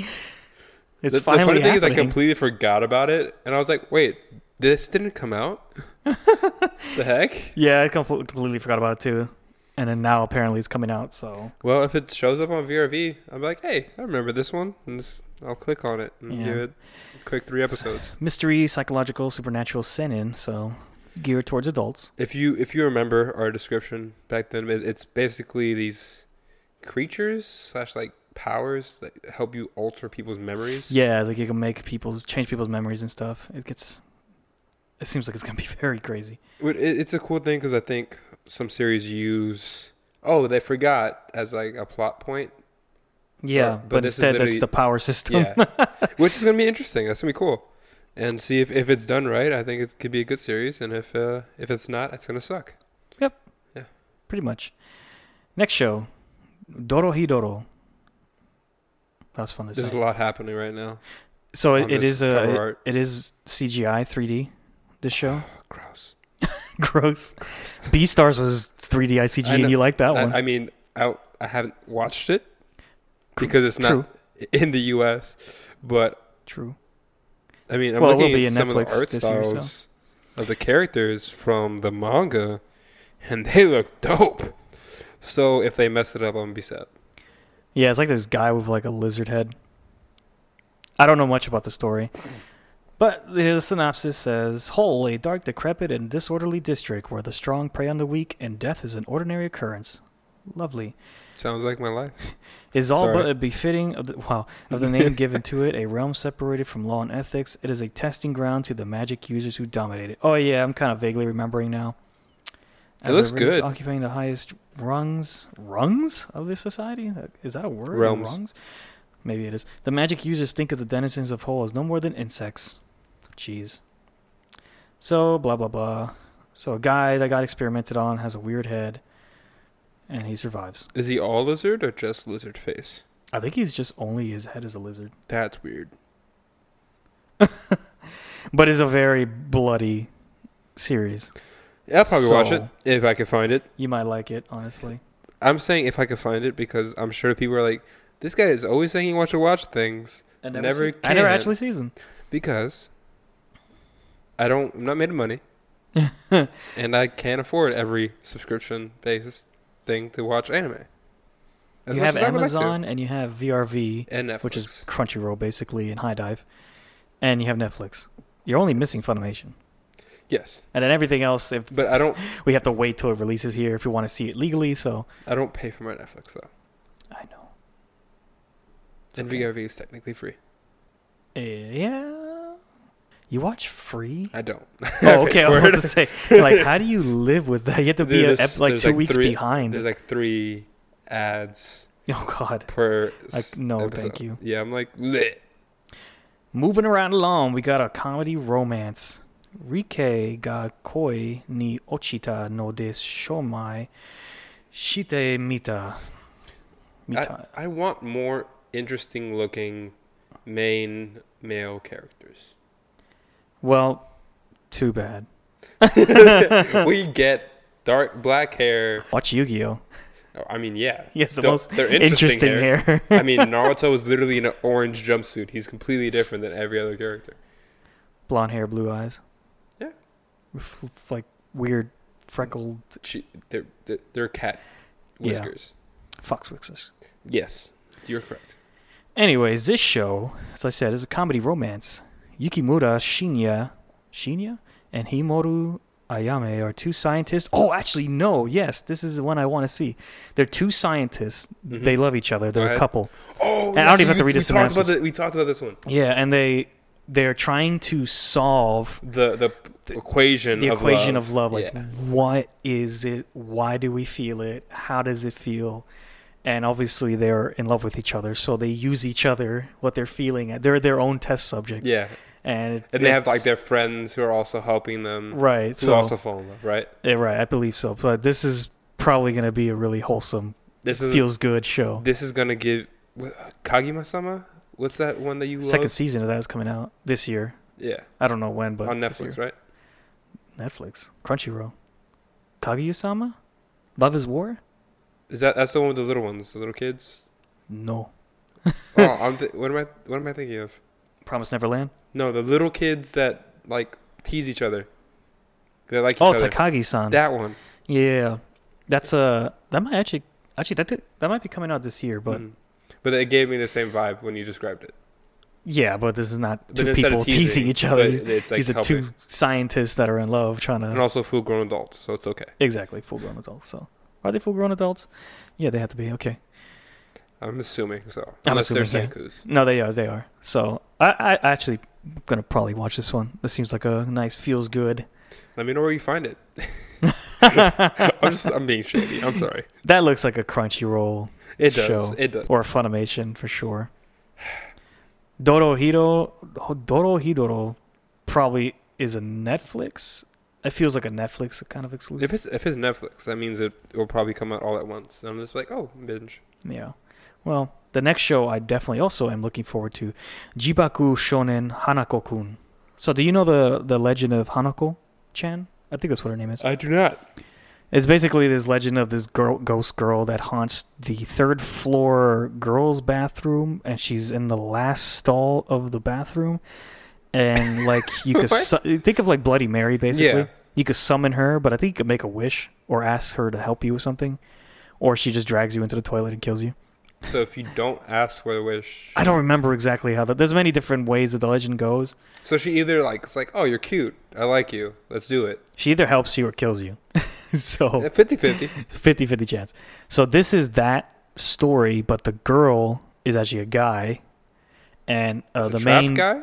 [SPEAKER 1] it's
[SPEAKER 2] the, the
[SPEAKER 1] finally
[SPEAKER 2] funny thing is I
[SPEAKER 1] happening.
[SPEAKER 2] completely forgot about it, and I was like, wait, this didn't
[SPEAKER 1] [LAUGHS]
[SPEAKER 2] come out. the heck?
[SPEAKER 1] yeah, I compl- completely forgot about it too, and then now apparently it's coming out. So
[SPEAKER 2] Well, if it shows up on VRV, I'm like, hey, I remember this one, and just, I'll click on it and
[SPEAKER 1] Yeah.
[SPEAKER 2] give it a quick three episodes.
[SPEAKER 1] mystery, psychological, supernatural, senin. So geared towards adults.
[SPEAKER 2] If you if you remember our description back then, it, it's basically these creatures slash like powers that help you alter people's memories.
[SPEAKER 1] Yeah, like you can make people's change people's memories and stuff. It gets. It seems like it's gonna be [LAUGHS] very crazy.
[SPEAKER 2] But it, it's a cool thing because I think some series use oh they forgot as like a plot point.
[SPEAKER 1] Yeah,
[SPEAKER 2] but
[SPEAKER 1] but,
[SPEAKER 2] this is
[SPEAKER 1] instead that's
[SPEAKER 2] literally-
[SPEAKER 1] the power system.
[SPEAKER 2] Yeah, which is gonna be interesting. That's gonna be cool, and see if, if it's done right. I think it could be a good series, and if uh, if it's not, it's gonna suck.
[SPEAKER 1] [LAUGHS] Pretty much. Next show, Doro Hidoro. That's fun to say.
[SPEAKER 2] There's a lot happening right now.
[SPEAKER 1] so
[SPEAKER 2] on
[SPEAKER 1] it, it
[SPEAKER 2] this
[SPEAKER 1] is
[SPEAKER 2] cover
[SPEAKER 1] a
[SPEAKER 2] art.
[SPEAKER 1] it is CGI 3D. This show.
[SPEAKER 2] Gross.
[SPEAKER 1] [LAUGHS] Gross. B Stars was 3D ICG,
[SPEAKER 2] I know.
[SPEAKER 1] and you like that
[SPEAKER 2] I,
[SPEAKER 1] one.
[SPEAKER 2] I mean, I I haven't watched it because it's not
[SPEAKER 1] True.
[SPEAKER 2] in the U.S. But
[SPEAKER 1] True.
[SPEAKER 2] I mean, I'm
[SPEAKER 1] Well, it will
[SPEAKER 2] looking
[SPEAKER 1] be
[SPEAKER 2] at
[SPEAKER 1] in
[SPEAKER 2] some of
[SPEAKER 1] Netflix
[SPEAKER 2] the art
[SPEAKER 1] this year, so.
[SPEAKER 2] styles of the characters from the manga, and they look dope. So if they mess it up, I'm gonna be sad.
[SPEAKER 1] Yeah, it's like this guy with like a lizard head. I don't know much about the story, but the synopsis says: "Whole, a dark, decrepit, and disorderly district where the strong prey on the weak and death is an ordinary occurrence. Lovely.
[SPEAKER 2] Sounds like my life.
[SPEAKER 1] is all
[SPEAKER 2] Sorry.
[SPEAKER 1] but a befitting of the wow of the name given to it, a realm separated from law and ethics. It is a testing ground to the magic users who dominate it. Oh yeah, I'm kind of vaguely remembering now.
[SPEAKER 2] It looks
[SPEAKER 1] a race
[SPEAKER 2] good.
[SPEAKER 1] Occupying the highest rungs rungs of their society is that a word?
[SPEAKER 2] Realms.
[SPEAKER 1] Rungs? Maybe it is. The magic users think of the denizens of Hole as no more than insects. Jeez. So blah blah blah. So a guy that got experimented on has a weird head, and he survives.
[SPEAKER 2] Is he all lizard or just lizard face?
[SPEAKER 1] I think he's just only his head is a lizard.
[SPEAKER 2] That's weird.
[SPEAKER 1] but is a very bloody series.
[SPEAKER 2] Yeah, I'll probably watch it
[SPEAKER 1] So-
[SPEAKER 2] if I could find it.
[SPEAKER 1] You might like it, honestly.
[SPEAKER 2] I'm saying if I could find it because I'm sure people are like, this guy is always saying he wants to watch things
[SPEAKER 1] And
[SPEAKER 2] never Never seen-
[SPEAKER 1] I never
[SPEAKER 2] can.
[SPEAKER 1] actually sees them.
[SPEAKER 2] [LAUGHS] because I don't. I'm not made of
[SPEAKER 1] [LAUGHS]
[SPEAKER 2] money, and I can't afford every subscription based thing to watch anime. As
[SPEAKER 1] you
[SPEAKER 2] much
[SPEAKER 1] have
[SPEAKER 2] as I would like to.
[SPEAKER 1] Amazon and you have VRV,
[SPEAKER 2] and Netflix,
[SPEAKER 1] which is Crunchyroll basically, and High Dive, and you have Netflix. You're only missing Funimation,
[SPEAKER 2] yes,
[SPEAKER 1] and then everything else. If
[SPEAKER 2] but I don't.
[SPEAKER 1] we have to wait till it releases here, if you want to see it legally, so
[SPEAKER 2] I don't pay for my Netflix though.
[SPEAKER 1] I know. It's
[SPEAKER 2] And
[SPEAKER 1] okay.
[SPEAKER 2] VRV is technically free.
[SPEAKER 1] Eh, yeah. You watch free?
[SPEAKER 2] I don't. [LAUGHS]
[SPEAKER 1] Oh, okay. I was
[SPEAKER 2] Word.
[SPEAKER 1] about to say, like, how do you live with that? You have to be
[SPEAKER 2] Dude,
[SPEAKER 1] a,
[SPEAKER 2] there's-
[SPEAKER 1] ep- like
[SPEAKER 2] there's
[SPEAKER 1] two
[SPEAKER 2] like
[SPEAKER 1] weeks
[SPEAKER 2] three- There's
[SPEAKER 1] behind.
[SPEAKER 2] like three ads
[SPEAKER 1] Oh God.
[SPEAKER 2] per.
[SPEAKER 1] Like,
[SPEAKER 2] s-
[SPEAKER 1] no, thank you.
[SPEAKER 2] Yeah, I'm like, bleh.
[SPEAKER 1] Moving around along, we got a comedy romance. Rike ga koi ni ochita no des shomai shite mita. Mita.
[SPEAKER 2] I want more interesting looking main male characters.
[SPEAKER 1] [LAUGHS] well, too bad.
[SPEAKER 2] we get dark black hair.
[SPEAKER 1] Watch Yu-Gi-Oh. [LAUGHS]
[SPEAKER 2] Oh, I mean, yeah.
[SPEAKER 1] He has the
[SPEAKER 2] They're-
[SPEAKER 1] most
[SPEAKER 2] they're
[SPEAKER 1] interesting, hair. [LAUGHS]
[SPEAKER 2] I mean, Naruto is literally in an orange jumpsuit. He's completely different than every other character.
[SPEAKER 1] Blonde hair, blue eyes.
[SPEAKER 2] Yeah.
[SPEAKER 1] With, f- like weird freckled
[SPEAKER 2] She, they're, they're- they're cat
[SPEAKER 1] Yeah.
[SPEAKER 2] whiskers.
[SPEAKER 1] fox fixers.
[SPEAKER 2] Yes, you're correct.
[SPEAKER 1] Anyways, this show, as I said, is a comedy romance. Yukimura Shinya, Shinya, and Himoru Ayame are two scientists. Oh, actually, no. Yes, this is the one I want to see. They're two scientists.
[SPEAKER 2] Mhm.
[SPEAKER 1] They love each other. They're
[SPEAKER 2] Alright.
[SPEAKER 1] a couple.
[SPEAKER 2] Oh,
[SPEAKER 1] And I don't even have to read
[SPEAKER 2] we
[SPEAKER 1] the
[SPEAKER 2] talked about
[SPEAKER 1] synopsis.
[SPEAKER 2] the, We talked about this one.
[SPEAKER 1] Yeah, and they they're trying to solve
[SPEAKER 2] The the, equation
[SPEAKER 1] the
[SPEAKER 2] of
[SPEAKER 1] equation
[SPEAKER 2] love.
[SPEAKER 1] of love. Like,
[SPEAKER 2] Yeah.
[SPEAKER 1] what is it? Why do we feel it? How does it feel? And obviously, they're in love with each other, so they use each other, what they're feeling. They're their own test subject.
[SPEAKER 2] yeah,
[SPEAKER 1] and it,
[SPEAKER 2] and they have like
[SPEAKER 1] it's-
[SPEAKER 2] their friends who are also helping them.
[SPEAKER 1] right.
[SPEAKER 2] Who
[SPEAKER 1] So
[SPEAKER 2] also fall in love, right?
[SPEAKER 1] yeah, right, I believe so. But this is probably going to be a really wholesome,
[SPEAKER 2] This is
[SPEAKER 1] feels good show.
[SPEAKER 2] This is gonna give wha- Kagima-sama. What's that one that you love?
[SPEAKER 1] Second season of that is coming out this year.
[SPEAKER 2] Yeah,
[SPEAKER 1] I don't know when, but
[SPEAKER 2] on
[SPEAKER 1] this
[SPEAKER 2] Netflix,
[SPEAKER 1] year.
[SPEAKER 2] right?
[SPEAKER 1] Netflix, Crunchyroll, Kaguya-sama, Love Is War.
[SPEAKER 2] Is that that's the one with the little ones, the little kids?
[SPEAKER 1] No, [LAUGHS]
[SPEAKER 2] oh, I'm th- what am I what am I thinking of?
[SPEAKER 1] Promise Neverland.
[SPEAKER 2] No, the little kids that like tease each other. They like each
[SPEAKER 1] Oh,
[SPEAKER 2] other.
[SPEAKER 1] Takagi-san.
[SPEAKER 2] that one.
[SPEAKER 1] yeah, that's uh, that might actually actually that did- that might be coming out this year, but
[SPEAKER 2] Mhm. but it gave me the same vibe when you described it.
[SPEAKER 1] yeah, but this is not
[SPEAKER 2] But
[SPEAKER 1] two
[SPEAKER 2] instead
[SPEAKER 1] people
[SPEAKER 2] of teasing,
[SPEAKER 1] each other.
[SPEAKER 2] but It's like
[SPEAKER 1] These are
[SPEAKER 2] helping. Mm.
[SPEAKER 1] two scientists that are in love trying to
[SPEAKER 2] and also full grown adults, so it's okay.
[SPEAKER 1] Exactly, full grown adults. So, are they full grown adults? Yeah, they have to be. Okay,
[SPEAKER 2] I'm assuming so. Unless
[SPEAKER 1] assuming, yeah.
[SPEAKER 2] they're senkus.
[SPEAKER 1] no, they are. They are. So, I, I actually gonna probably watch this one. This seems like a nice, feels good.
[SPEAKER 2] Let me know where you
[SPEAKER 1] [LAUGHS]
[SPEAKER 2] find it. [LAUGHS] I'm
[SPEAKER 1] that
[SPEAKER 2] just I'm being shady. I'm sorry.
[SPEAKER 1] looks like a Crunchyroll
[SPEAKER 2] It does.
[SPEAKER 1] Show.
[SPEAKER 2] It does.
[SPEAKER 1] or a Funimation for sure. Dorohiro, Dorohidoro, probably is a Netflix. It feels like a Netflix kind of exclusive.
[SPEAKER 2] If it's if it's Netflix, that means it will probably come out all at once. And I'm just like, oh, binge.
[SPEAKER 1] Yeah. Well, the next show I definitely also am looking forward to, Jibaku Shonen Hanako-kun. So, do you know the the legend of Hanako-chan? I think that's what her name is.
[SPEAKER 2] I do not.
[SPEAKER 1] It's basically this legend of this girl, ghost girl, that haunts the third floor girls' bathroom, and she's in the last stall of the bathroom, and
[SPEAKER 2] [LAUGHS]
[SPEAKER 1] like you could
[SPEAKER 2] What?
[SPEAKER 1] su- think of like Bloody Mary, basically.
[SPEAKER 2] Yeah.
[SPEAKER 1] You could summon her, but I think you could make a wish or ask her to help you with something, or she just drags you into the toilet and kills you.
[SPEAKER 2] So if you don't ask for the wish,
[SPEAKER 1] I don't remember exactly how that. There's many different ways that the legend goes.
[SPEAKER 2] So she either like it's like, oh, you're cute. I like you. Let's do it. Eh,
[SPEAKER 1] She either helps you or kills you. [LAUGHS] Oh. so
[SPEAKER 2] Fifty fifty.
[SPEAKER 1] 50 50 chance. So this is that story, but the girl is actually a guy, and uh,
[SPEAKER 2] Is it
[SPEAKER 1] the
[SPEAKER 2] a trap
[SPEAKER 1] main
[SPEAKER 2] guy?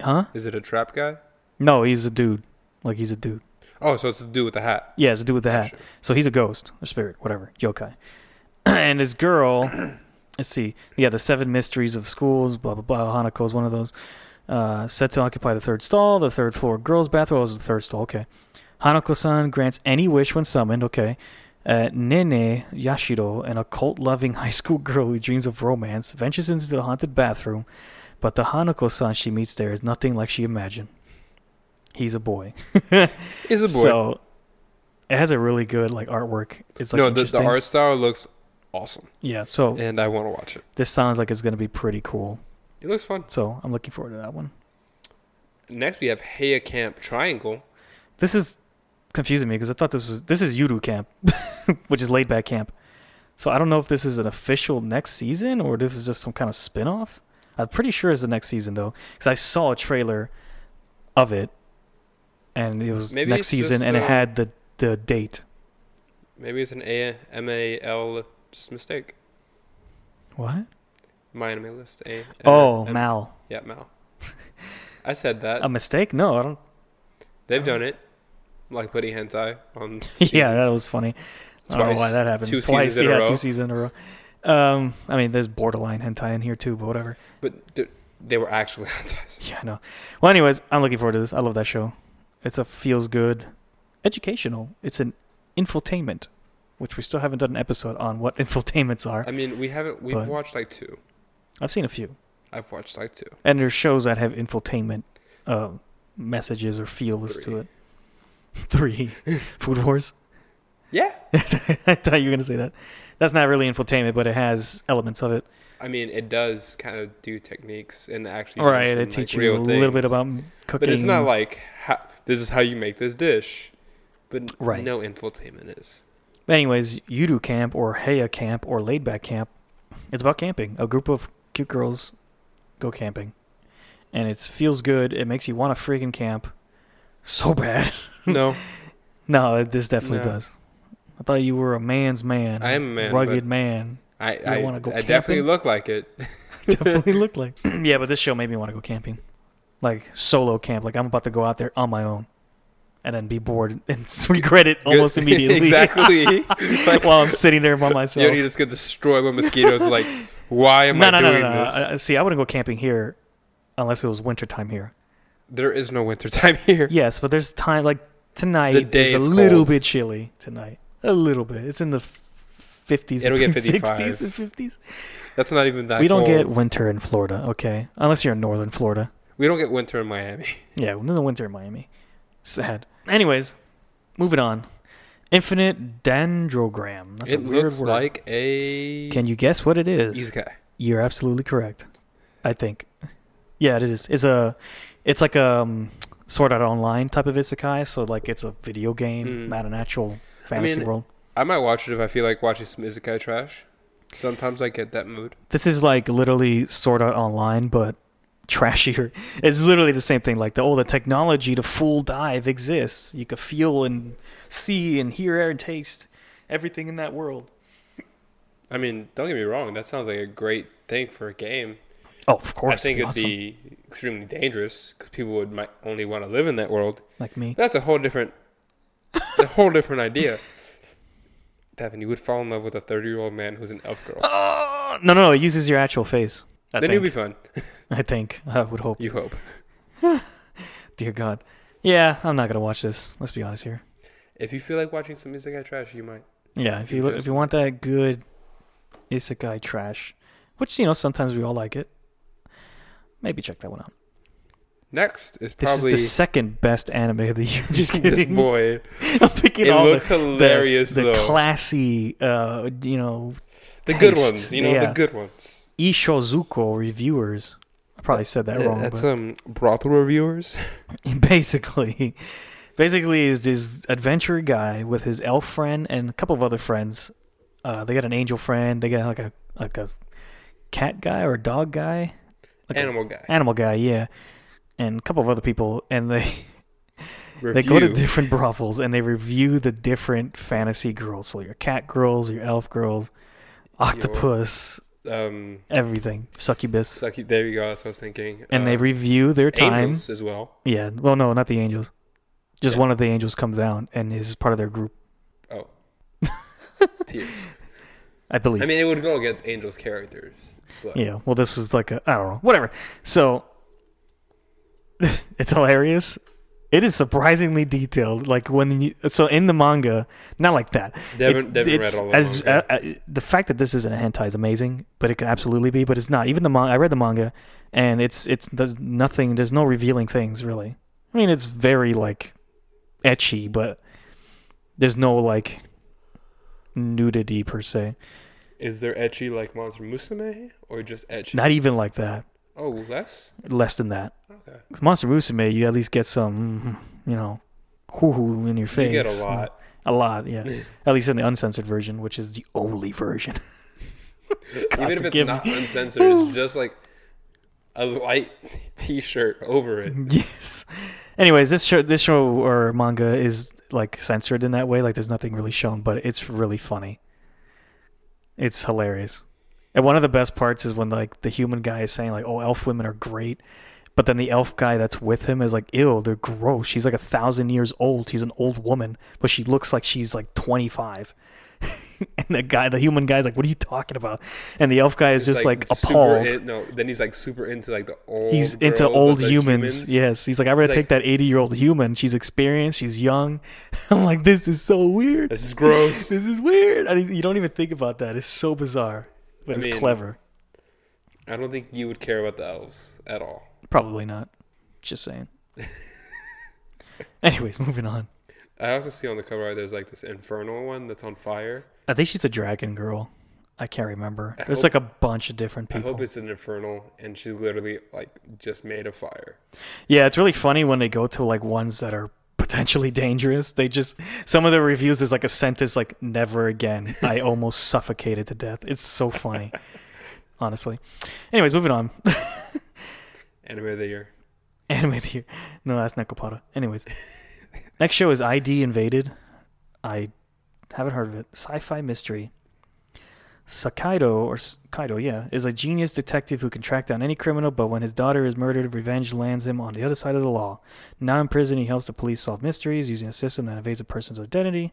[SPEAKER 1] huh?
[SPEAKER 2] Is it a trap guy?
[SPEAKER 1] No, he's a dude. Like he's a dude.
[SPEAKER 2] Oh, so it's the dude with the hat.
[SPEAKER 1] Yeah, it's a dude with the hat.
[SPEAKER 2] Sure.
[SPEAKER 1] So he's a ghost or spirit, whatever, yokai. [CLEARS THROAT] and his girl, [CLEARS THROAT] let's see, yeah, the seven mysteries of schools, blah blah blah. Hanako is one of those. Uh, set to occupy the third stall, the third floor girls' bathroom is the third stall. Okay. Hanako-san grants any wish when summoned. Okay. Uh, Nene Yashiro, an occult-loving [LAUGHS] high school girl who dreams of romance, ventures into the haunted bathroom, but the Hanako-san she meets there is nothing like she imagined. He's a boy.
[SPEAKER 2] He's a boy.
[SPEAKER 1] So it has a really good like artwork. It's like
[SPEAKER 2] no, the, the
[SPEAKER 1] interesting. Oh.
[SPEAKER 2] art style looks awesome,
[SPEAKER 1] Yeah, so
[SPEAKER 2] and I want to watch it.
[SPEAKER 1] this sounds like it's gonna be pretty cool.
[SPEAKER 2] It looks fun.
[SPEAKER 1] So I'm looking forward to that one.
[SPEAKER 2] Next, we have Heia Camp Triangle.
[SPEAKER 1] This is confusing me because I thought this was this is Yudu Camp, [LAUGHS] which is laid back camp. So I don't know if this is an official next season or this is just some kind of spin off. I'm pretty sure it's the next season though, because I saw a trailer of it, and it was
[SPEAKER 2] Maybe
[SPEAKER 1] next
[SPEAKER 2] it's
[SPEAKER 1] season,
[SPEAKER 2] just,
[SPEAKER 1] and it
[SPEAKER 2] uh,
[SPEAKER 1] had the the date.
[SPEAKER 2] Maybe it's an A M A L just mistake.
[SPEAKER 1] What?
[SPEAKER 2] My anime list. A. M-
[SPEAKER 1] Oh,
[SPEAKER 2] M-
[SPEAKER 1] Mal, Um,
[SPEAKER 2] Yeah, Mal. I said that.
[SPEAKER 1] a mistake? No, I don't.
[SPEAKER 2] They've done it, like putting hentai on.
[SPEAKER 1] [LAUGHS] yeah, that
[SPEAKER 2] seasons.
[SPEAKER 1] was funny. I don't know why
[SPEAKER 2] Twice.
[SPEAKER 1] that happened.
[SPEAKER 2] Two
[SPEAKER 1] Twice,
[SPEAKER 2] seasons in a
[SPEAKER 1] yeah,
[SPEAKER 2] row.
[SPEAKER 1] two seasons in a row. Um, I mean, there's borderline hentai in here too, but whatever. [LAUGHS]
[SPEAKER 2] But th- they were actually [LAUGHS] hentais.
[SPEAKER 1] Yeah, I know. Well, anyways, I'm looking forward to this. I love that show. It's a feels good, educational. It's an infotainment, which we still haven't done an episode on what [LAUGHS] infotainments are.
[SPEAKER 2] I mean, we haven't. We've
[SPEAKER 1] But-
[SPEAKER 2] watched like two.
[SPEAKER 1] I've seen a few,
[SPEAKER 2] I've watched like two.
[SPEAKER 1] and there's shows that have infotainment uh, messages or feels to
[SPEAKER 2] Three.
[SPEAKER 1] it. [LAUGHS] Three,
[SPEAKER 2] [LAUGHS]
[SPEAKER 1] Food Wars.
[SPEAKER 2] Yeah.
[SPEAKER 1] [LAUGHS] I thought you were gonna say that. That's not really infotainment, but it has elements of it.
[SPEAKER 2] I mean, it does kind of do techniques and actually.
[SPEAKER 1] All right,
[SPEAKER 2] mention,
[SPEAKER 1] they
[SPEAKER 2] like,
[SPEAKER 1] teach you a
[SPEAKER 2] real
[SPEAKER 1] little bit
[SPEAKER 2] things.
[SPEAKER 1] about m- cooking.
[SPEAKER 2] But it's not like how, this is how you make this dish. But n-
[SPEAKER 1] Right.
[SPEAKER 2] no
[SPEAKER 1] [LAUGHS]
[SPEAKER 2] infotainment is.
[SPEAKER 1] Anyways, Yudu Camp or Heya Camp or Laid Back Camp, it's about camping. A group of cute girls go camping, and it feels good. It makes you want to freaking camp so bad.
[SPEAKER 2] No,
[SPEAKER 1] No, it- this definitely
[SPEAKER 2] No.
[SPEAKER 1] does. I thought you were a man's man.
[SPEAKER 2] I am a man,
[SPEAKER 1] rugged
[SPEAKER 2] but- [LAUGHS]
[SPEAKER 1] man. [LAUGHS]
[SPEAKER 2] I
[SPEAKER 1] don't
[SPEAKER 2] I,
[SPEAKER 1] wanna go
[SPEAKER 2] I definitely
[SPEAKER 1] camping?
[SPEAKER 2] look like it.
[SPEAKER 1] Definitely looked like. [CLEARS THROAT] yeah, but this show made me want to go camping, like solo camp. Like I'm about to go out there on my own, and then be bored [LAUGHS] and regret it [LAUGHS]
[SPEAKER 2] Good- [LAUGHS]
[SPEAKER 1] almost immediately. [LAUGHS]
[SPEAKER 2] exactly. like,
[SPEAKER 1] while I'm sitting there by myself.
[SPEAKER 2] [LAUGHS] you don't just get destroyed by mosquitoes. like, why am
[SPEAKER 1] no,
[SPEAKER 2] I
[SPEAKER 1] no, no, no,
[SPEAKER 2] doing
[SPEAKER 1] no, no.
[SPEAKER 2] this?
[SPEAKER 1] Uh, See, I wouldn't go camping here unless it was wintertime here.
[SPEAKER 2] There is no winter [LAUGHS] time here.
[SPEAKER 1] Yes, but there's time like tonight.
[SPEAKER 2] The day
[SPEAKER 1] it's a
[SPEAKER 2] it's
[SPEAKER 1] little
[SPEAKER 2] cold.
[SPEAKER 1] bit chilly tonight. A little bit. It's in the f- 50s,
[SPEAKER 2] It'll get
[SPEAKER 1] between
[SPEAKER 2] 55.
[SPEAKER 1] 60s and 50s.
[SPEAKER 2] That's not even that.
[SPEAKER 1] we don't get
[SPEAKER 2] cold.
[SPEAKER 1] winter in Florida, okay? Unless you're in northern Florida.
[SPEAKER 2] We don't get winter in Miami.
[SPEAKER 1] Yeah, well, there's no winter in Miami. Sad. Anyways, moving on. Infinite dendrogram. That's a
[SPEAKER 2] it
[SPEAKER 1] weird
[SPEAKER 2] looks
[SPEAKER 1] word.
[SPEAKER 2] like a
[SPEAKER 1] Can you guess what it is?
[SPEAKER 2] isekai.
[SPEAKER 1] You're absolutely correct. I think. Yeah, it is. It's a, it's like a um, sort out online type of isekai. So like it's a video game,
[SPEAKER 2] Mm.
[SPEAKER 1] not an actual fantasy
[SPEAKER 2] mean-
[SPEAKER 1] world.
[SPEAKER 2] I might watch it if I feel like watching some isekai trash. Sometimes I get that mood.
[SPEAKER 1] This is like literally sort out online, but [LAUGHS] trashier. It's literally the same thing. Like the oh, the technology to full dive exists. You could feel and see and hear and taste everything in that world.
[SPEAKER 2] I mean, don't get me wrong. That sounds like a great thing for a game.
[SPEAKER 1] Oh, of course.
[SPEAKER 2] I think it'd
[SPEAKER 1] awesome.
[SPEAKER 2] be extremely dangerous because people would might only want to live in that world.
[SPEAKER 1] like me.
[SPEAKER 2] That's a whole different, a whole
[SPEAKER 1] [LAUGHS]
[SPEAKER 2] different idea. Devin, you would fall in love with a thirty-year-old man who's an elf girl.
[SPEAKER 1] Oh, no, no, no. It uses your actual face. I
[SPEAKER 2] then
[SPEAKER 1] think.
[SPEAKER 2] it'd be fun.
[SPEAKER 1] I think. I would hope.
[SPEAKER 2] You hope.
[SPEAKER 1] Dear God. Yeah, I'm not gonna watch this. Let's be honest here.
[SPEAKER 2] If you feel like watching some isekai trash, you might.
[SPEAKER 1] Yeah, if you look, if you want that good isekai trash, which you know sometimes we all like it, maybe check that one out.
[SPEAKER 2] Next is
[SPEAKER 1] This
[SPEAKER 2] probably
[SPEAKER 1] is the second best anime of the year. [LAUGHS] Just
[SPEAKER 2] [LAUGHS] this
[SPEAKER 1] kidding.
[SPEAKER 2] boy.
[SPEAKER 1] I'm picking
[SPEAKER 2] it
[SPEAKER 1] all the-
[SPEAKER 2] looks hilarious
[SPEAKER 1] the, the
[SPEAKER 2] though.
[SPEAKER 1] classy, uh, you know,
[SPEAKER 2] the good
[SPEAKER 1] taste.
[SPEAKER 2] ones, you know,
[SPEAKER 1] Yeah.
[SPEAKER 2] the good ones.
[SPEAKER 1] Ishozuko reviewers. I probably said that
[SPEAKER 2] Uh,
[SPEAKER 1] wrong.
[SPEAKER 2] That's
[SPEAKER 1] but
[SPEAKER 2] um brothel reviewers.
[SPEAKER 1] [LAUGHS] basically, basically is this adventure guy with his elf friend and a couple of other friends. Uh, they got an angel friend. They got like a like a cat guy or a dog guy, like a
[SPEAKER 2] Animal guy.
[SPEAKER 1] animal guy, yeah, and a couple of other people. And they
[SPEAKER 2] Review.
[SPEAKER 1] [LAUGHS] they go to different brothels and they review the different fantasy girls. So your cat girls, your elf girls, octopus,
[SPEAKER 2] Um,
[SPEAKER 1] everything, succubus,
[SPEAKER 2] so I keep- there you go. That's what I was thinking.
[SPEAKER 1] and they
[SPEAKER 2] Uh,
[SPEAKER 1] review their time.
[SPEAKER 2] angels as well.
[SPEAKER 1] Yeah, well, no, not the angels. Just
[SPEAKER 2] Yeah.
[SPEAKER 1] one of the angels comes down and is part of their group, [LAUGHS]
[SPEAKER 2] Oh, tears.
[SPEAKER 1] I believe.
[SPEAKER 2] I mean, uh, it would go against angels' characters, but
[SPEAKER 1] yeah. Well, this was like a I don't know, whatever. So [LAUGHS] it's hilarious. It is surprisingly detailed. Like when you, so in the manga, not like that.
[SPEAKER 2] Devin,
[SPEAKER 1] It-
[SPEAKER 2] Devin read
[SPEAKER 1] it's-
[SPEAKER 2] all of
[SPEAKER 1] as,
[SPEAKER 2] them.
[SPEAKER 1] uh, uh, the fact that this isn't a hentai is amazing, but it could absolutely be. But it's not. Even the manga, I read the manga, and it's it's there's nothing. There's no revealing things really. I mean, it's very like etchy, but there's no like nudity per se.
[SPEAKER 2] Is there etchy like Monster Musume or just etchy?
[SPEAKER 1] Not even like that.
[SPEAKER 2] oh, less.
[SPEAKER 1] Less than that.
[SPEAKER 2] Okay,
[SPEAKER 1] 'Cause Monster Musume, you at least get some, mm, you know, hoo hoo in your face.
[SPEAKER 2] you get a lot.
[SPEAKER 1] A lot,
[SPEAKER 2] [LAUGHS]
[SPEAKER 1] yeah. at least in the uncensored version, which is the only version. [LAUGHS] God
[SPEAKER 2] Even if it's
[SPEAKER 1] forgive
[SPEAKER 2] not uncensored,
[SPEAKER 1] [LAUGHS]
[SPEAKER 2] it's just like a light [LAUGHS] T-shirt over it.
[SPEAKER 1] [LAUGHS] yes. Anyways, this show, this show or manga is like censored in that way. Like, there's nothing really shown, but it's really funny. It's hilarious, and one of the best parts is when like the human guy is saying like, "Oh, elf women are great," but then the elf guy that's with him is like, "Ew, they're gross. She's like a thousand years old. She's an old woman, but she looks like she's like 25." [LAUGHS] and the guy, the human guy's like, "What are you talking about?" And the elf guy is
[SPEAKER 2] It's
[SPEAKER 1] just like,
[SPEAKER 2] super
[SPEAKER 1] appalled.
[SPEAKER 2] in- no, then he's like super into like the old.
[SPEAKER 1] He's into
[SPEAKER 2] girls that
[SPEAKER 1] old
[SPEAKER 2] are
[SPEAKER 1] humans. Yes. He's like, I'd rather
[SPEAKER 2] It's
[SPEAKER 1] take that 80 year old human. She's experienced. She's young. [LAUGHS] I'm like, this is so weird.
[SPEAKER 2] This is
[SPEAKER 1] [LAUGHS]
[SPEAKER 2] gross.
[SPEAKER 1] This is weird. I mean, you don't even think about that. It's so bizarre, but
[SPEAKER 2] I
[SPEAKER 1] it's
[SPEAKER 2] mean-
[SPEAKER 1] clever.
[SPEAKER 2] I don't think you would care about the elves at all.
[SPEAKER 1] Probably not. Just
[SPEAKER 2] [LAUGHS]
[SPEAKER 1] saying. Anyways, moving on.
[SPEAKER 2] I also see on the cover art there's like this infernal one that's on fire.
[SPEAKER 1] I think she's a dragon girl. I can't remember.
[SPEAKER 2] I
[SPEAKER 1] There's
[SPEAKER 2] hope-
[SPEAKER 1] like a bunch of different
[SPEAKER 2] I hope
[SPEAKER 1] people.
[SPEAKER 2] it's an infernal, and she's literally like just made of fire.
[SPEAKER 1] Yeah, it's really funny when they go to like ones that are potentially dangerous. They just some of the reviews is like a sentence like never again. I almost suffocated to death. It's so funny. Honestly. Anyways, moving on.
[SPEAKER 2] Anime of the year.
[SPEAKER 1] [LAUGHS] Anime of the year. No, that's Nekopata. Anyways. Next show is ID Invaded. I haven't heard of it. Sci-fi mystery. Sakaido or S- Kaido, yeah, is a genius detective who can track down any criminal, but when his daughter is murdered, revenge lands him on the other side of the law. Now in prison, he helps the police solve mysteries using a system that evades a person's identity.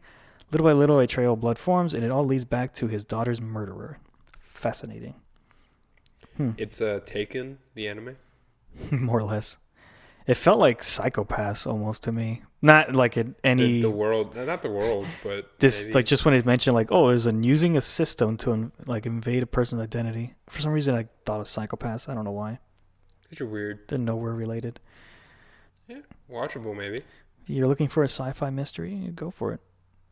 [SPEAKER 1] Little by little, a trail of blood forms, and it all leads back to his daughter's murderer. Fascinating,
[SPEAKER 2] It's uh, Taken, the anime.
[SPEAKER 1] [LAUGHS] more or less. It felt like Psychopaths almost to me. Not like in any
[SPEAKER 2] The, the world, uh, not the world,
[SPEAKER 1] [SIGHS]
[SPEAKER 2] but
[SPEAKER 1] this
[SPEAKER 2] maybe.
[SPEAKER 1] like just when it mentioned like oh there's an using a system to in, like invade a person's identity for some reason i thought of psychopaths i don't know why
[SPEAKER 2] These are weird.
[SPEAKER 1] they're nowhere related
[SPEAKER 2] Yeah, watchable maybe.
[SPEAKER 1] if you're looking for a sci-fi mystery you go for it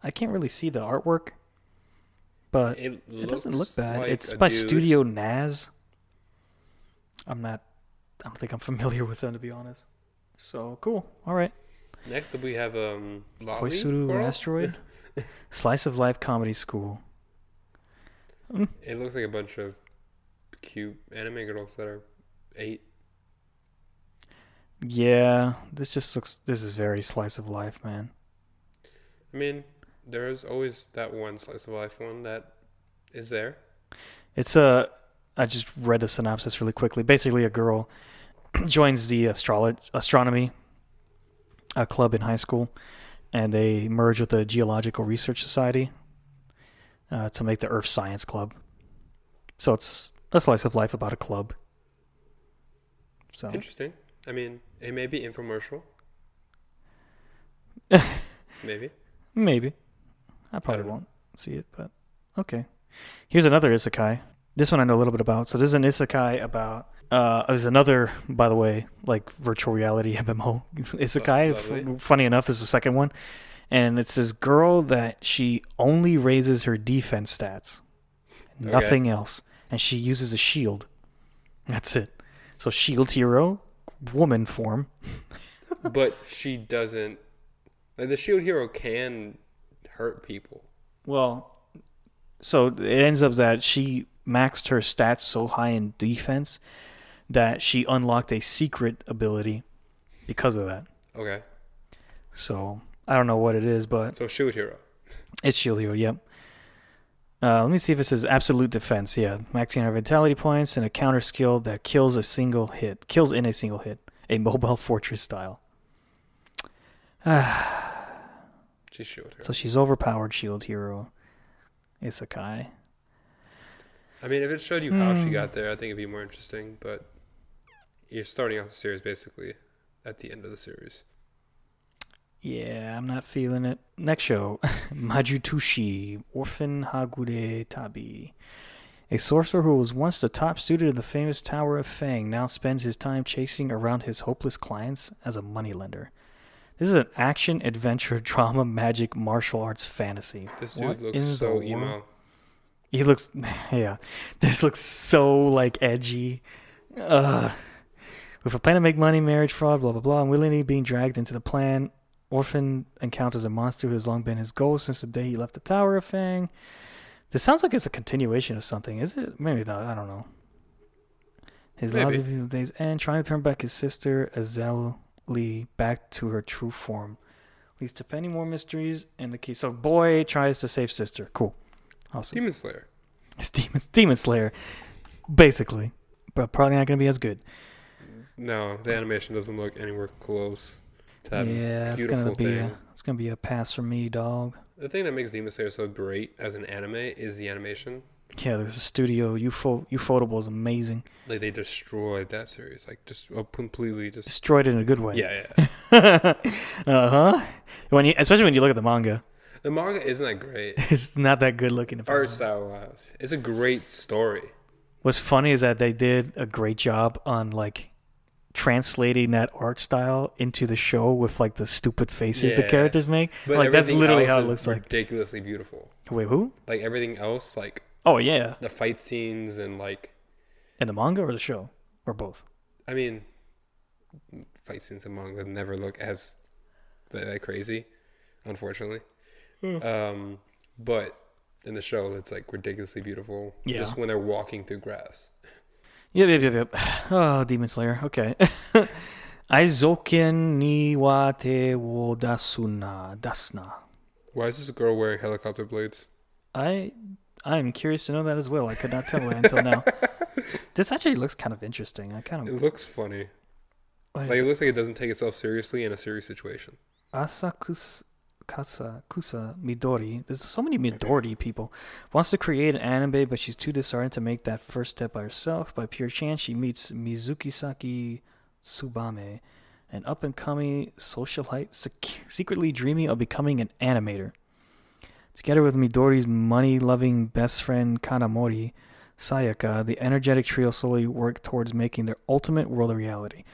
[SPEAKER 1] i can't really see the artwork but Uh, it,
[SPEAKER 2] It,
[SPEAKER 1] doesn't
[SPEAKER 2] looks
[SPEAKER 1] look bad
[SPEAKER 2] like
[SPEAKER 1] it's
[SPEAKER 2] a
[SPEAKER 1] by
[SPEAKER 2] dude-
[SPEAKER 1] studio naz i'm not i don't think i'm familiar [LAUGHS] with them to be honest so cool all right
[SPEAKER 2] Next up, we have um, Lolly
[SPEAKER 1] koisuru
[SPEAKER 2] World?
[SPEAKER 1] asteroid slice of life comedy school
[SPEAKER 2] It looks like a bunch of cute anime girls that are eight.
[SPEAKER 1] Yeah, this just looks. This is very slice of life, man.
[SPEAKER 2] I mean, there is always that one slice of life one that is there.
[SPEAKER 1] It's a. I just read the synopsis really quickly. Basically, a girl [CLEARS THROAT] joins the astrolo- astronomy uh club in high school, and they merge with the Geological Research Society uh, to make the Earth Science Club. So it's a slice of life about a club. So
[SPEAKER 2] Interesting. I mean, it may be
[SPEAKER 1] [LAUGHS]
[SPEAKER 2] infomercial. Maybe.
[SPEAKER 1] Maybe. I probably
[SPEAKER 2] don't know.
[SPEAKER 1] won't see it, but okay. Here's another isekai. This one I know a little bit about. So this is an isekai about uh there's another by the way like virtual reality [LAUGHS] MMO isekai. F-
[SPEAKER 2] lovely.
[SPEAKER 1] funny enough, this is the second one. And it's this girl that she only raises her defense stats.
[SPEAKER 2] Okay.
[SPEAKER 1] Nothing else. And she uses a shield. That's it. So shield hero, woman form.
[SPEAKER 2] But she doesn't. Like, the shield hero can hurt people.
[SPEAKER 1] Well, so it ends up that she maxed her stats so high in defense that she unlocked a secret ability because of that.
[SPEAKER 2] Okay.
[SPEAKER 1] So I don't know what it is, but
[SPEAKER 2] So shield hero.
[SPEAKER 1] it's Shield Hero. Yep. Uh, let me see if it says absolute defense. Yeah, maxing out vitality points and a counter skill that kills a single hit, kills in a single hit, a mobile [LAUGHS] fortress style.
[SPEAKER 2] She's shield hero.
[SPEAKER 1] So she's overpowered shield hero, Isekai.
[SPEAKER 2] I mean, if it showed you how she got there, I think it'd be more interesting. But you're starting off the series basically at the end of the series.
[SPEAKER 1] Yeah, I'm not feeling it. Next show, [LAUGHS] Majutushi, Orphan Hagure Tabi. A sorcerer who was once the top student of the famous Tower of Fang now spends his time chasing around his hopeless clients as a moneylender. This is an action, adventure, [LAUGHS] drama, magic, martial arts fantasy.
[SPEAKER 2] This
[SPEAKER 1] What
[SPEAKER 2] dude
[SPEAKER 1] in the
[SPEAKER 2] looks so
[SPEAKER 1] world?
[SPEAKER 2] emo.
[SPEAKER 1] He looks, [LAUGHS] yeah. This looks so like edgy. Ugh. With a plan to make money, marriage fraud, blah blah blah, and willingly being dragged into the plan, orphan encounters a monster who has long been his goal since the day he left the Tower of Fang. This sounds like it's a continuation of something, is it? Maybe not. I don't know. His
[SPEAKER 2] Maybe.
[SPEAKER 1] lousy view of days end, trying to turn back his sister Azelle Lee back to her true form, leads to many more mysteries and the key. So boy tries to save sister. Cool. Awesome.
[SPEAKER 2] Demon Slayer.
[SPEAKER 1] It's Demon, Demon Slayer, basically, but probably not going to be as good.
[SPEAKER 2] No, the animation doesn't look anywhere close to that
[SPEAKER 1] yeah, it's
[SPEAKER 2] beautiful
[SPEAKER 1] gonna be
[SPEAKER 2] thing.
[SPEAKER 1] a, it's gonna be a pass for me, dog.
[SPEAKER 2] The thing that makes Demon Slayer so great as an anime is the animation.
[SPEAKER 1] Yeah, this is studio UFO Ufotable is amazing.
[SPEAKER 2] Like they destroyed that series, like just uh, completely just.
[SPEAKER 1] Destroyed it in a good [LAUGHS] way.
[SPEAKER 2] Yeah, yeah.
[SPEAKER 1] uh huh. When you, especially when you look at the manga, [LAUGHS]
[SPEAKER 2] the manga isn't that great.
[SPEAKER 1] it's not that good looking. if I'm
[SPEAKER 2] Art
[SPEAKER 1] honest.
[SPEAKER 2] style wise, it's a great story.
[SPEAKER 1] What's funny is that they did a great job on like translating that art style into the show with like the stupid faces the
[SPEAKER 2] Yeah.
[SPEAKER 1] characters make.
[SPEAKER 2] But
[SPEAKER 1] like that's
[SPEAKER 2] everything
[SPEAKER 1] literally
[SPEAKER 2] else
[SPEAKER 1] how it
[SPEAKER 2] is
[SPEAKER 1] looks like.
[SPEAKER 2] ridiculously beautiful.
[SPEAKER 1] Wait, who?
[SPEAKER 2] Like everything else, like
[SPEAKER 1] Oh yeah,
[SPEAKER 2] the fight scenes and like
[SPEAKER 1] in the manga or the show or both.
[SPEAKER 2] I mean, fight scenes in manga never look as that crazy, unfortunately.
[SPEAKER 1] Hmm.
[SPEAKER 2] Um, but in the show, it's like ridiculously beautiful.
[SPEAKER 1] Yeah.
[SPEAKER 2] Just when they're walking through grass.
[SPEAKER 1] Yep, yep, yep, [SIGHS] yep. Oh, Demon Slayer. Okay. [LAUGHS] Aizoken ni wa te wo dasuna dasna.
[SPEAKER 2] Why is this girl wearing helicopter blades?
[SPEAKER 1] I I'm curious to know that as well. I could not tell that until now. This actually looks kind of interesting. I kind of
[SPEAKER 2] It looks funny.
[SPEAKER 1] what
[SPEAKER 2] Like
[SPEAKER 1] is
[SPEAKER 2] it
[SPEAKER 1] it?
[SPEAKER 2] looks like it doesn't take itself seriously in a serious situation.
[SPEAKER 1] Asakus Kasa Kusa Midori. There's so many Midori people. Wants to create an anime, but she's too disheartened to make that first step by herself. By pure chance, she meets Mizukisaki Tsubame, an up and coming socialite sec- secretly dreaming of becoming an animator. Together with Midori's money loving best friend Kanamori, Sayaka, the energetic trio slowly work towards making their ultimate world a reality.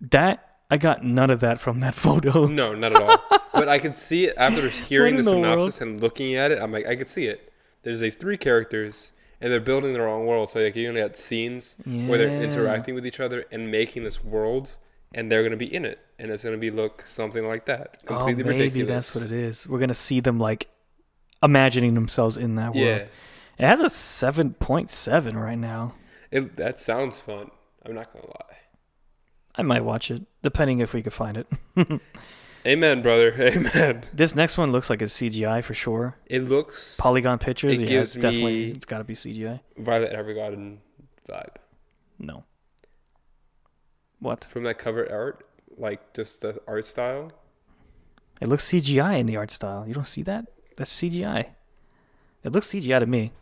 [SPEAKER 1] That, I got none of that from that [LAUGHS] photo.
[SPEAKER 2] No, not
[SPEAKER 1] [LAUGHS]
[SPEAKER 2] at all. but I could see it after hearing
[SPEAKER 1] What
[SPEAKER 2] the
[SPEAKER 1] in the world?
[SPEAKER 2] synopsis and looking at it. I'm like, I could see it. There's these three characters, and they're building their own world. So like, you only got scenes where they're
[SPEAKER 1] Yeah.
[SPEAKER 2] interacting with each other and making this world, and they're gonna be in it, and it's gonna be look something like that. Completely
[SPEAKER 1] Oh, maybe
[SPEAKER 2] ridiculous.
[SPEAKER 1] that's what it is. We're gonna see them like imagining themselves in that world.
[SPEAKER 2] Yeah,
[SPEAKER 1] It has a seven point seven right now.
[SPEAKER 2] it, that sounds fun. I'm not gonna lie.
[SPEAKER 1] I might watch it, depending if we could find it. [LAUGHS]
[SPEAKER 2] Amen, brother. [LAUGHS] Amen.
[SPEAKER 1] this next one looks like it's CGI for sure.
[SPEAKER 2] It looks
[SPEAKER 1] Polygon pictures,
[SPEAKER 2] It
[SPEAKER 1] yeah,
[SPEAKER 2] gives
[SPEAKER 1] it's definitely
[SPEAKER 2] me-
[SPEAKER 1] it's gotta be CGI.
[SPEAKER 2] Violet Evergarden vibe
[SPEAKER 1] No. What?
[SPEAKER 2] from that cover art, like just the art style.
[SPEAKER 1] It looks CGI in the art style. You don't see that? That's CGI. It looks CGI to me.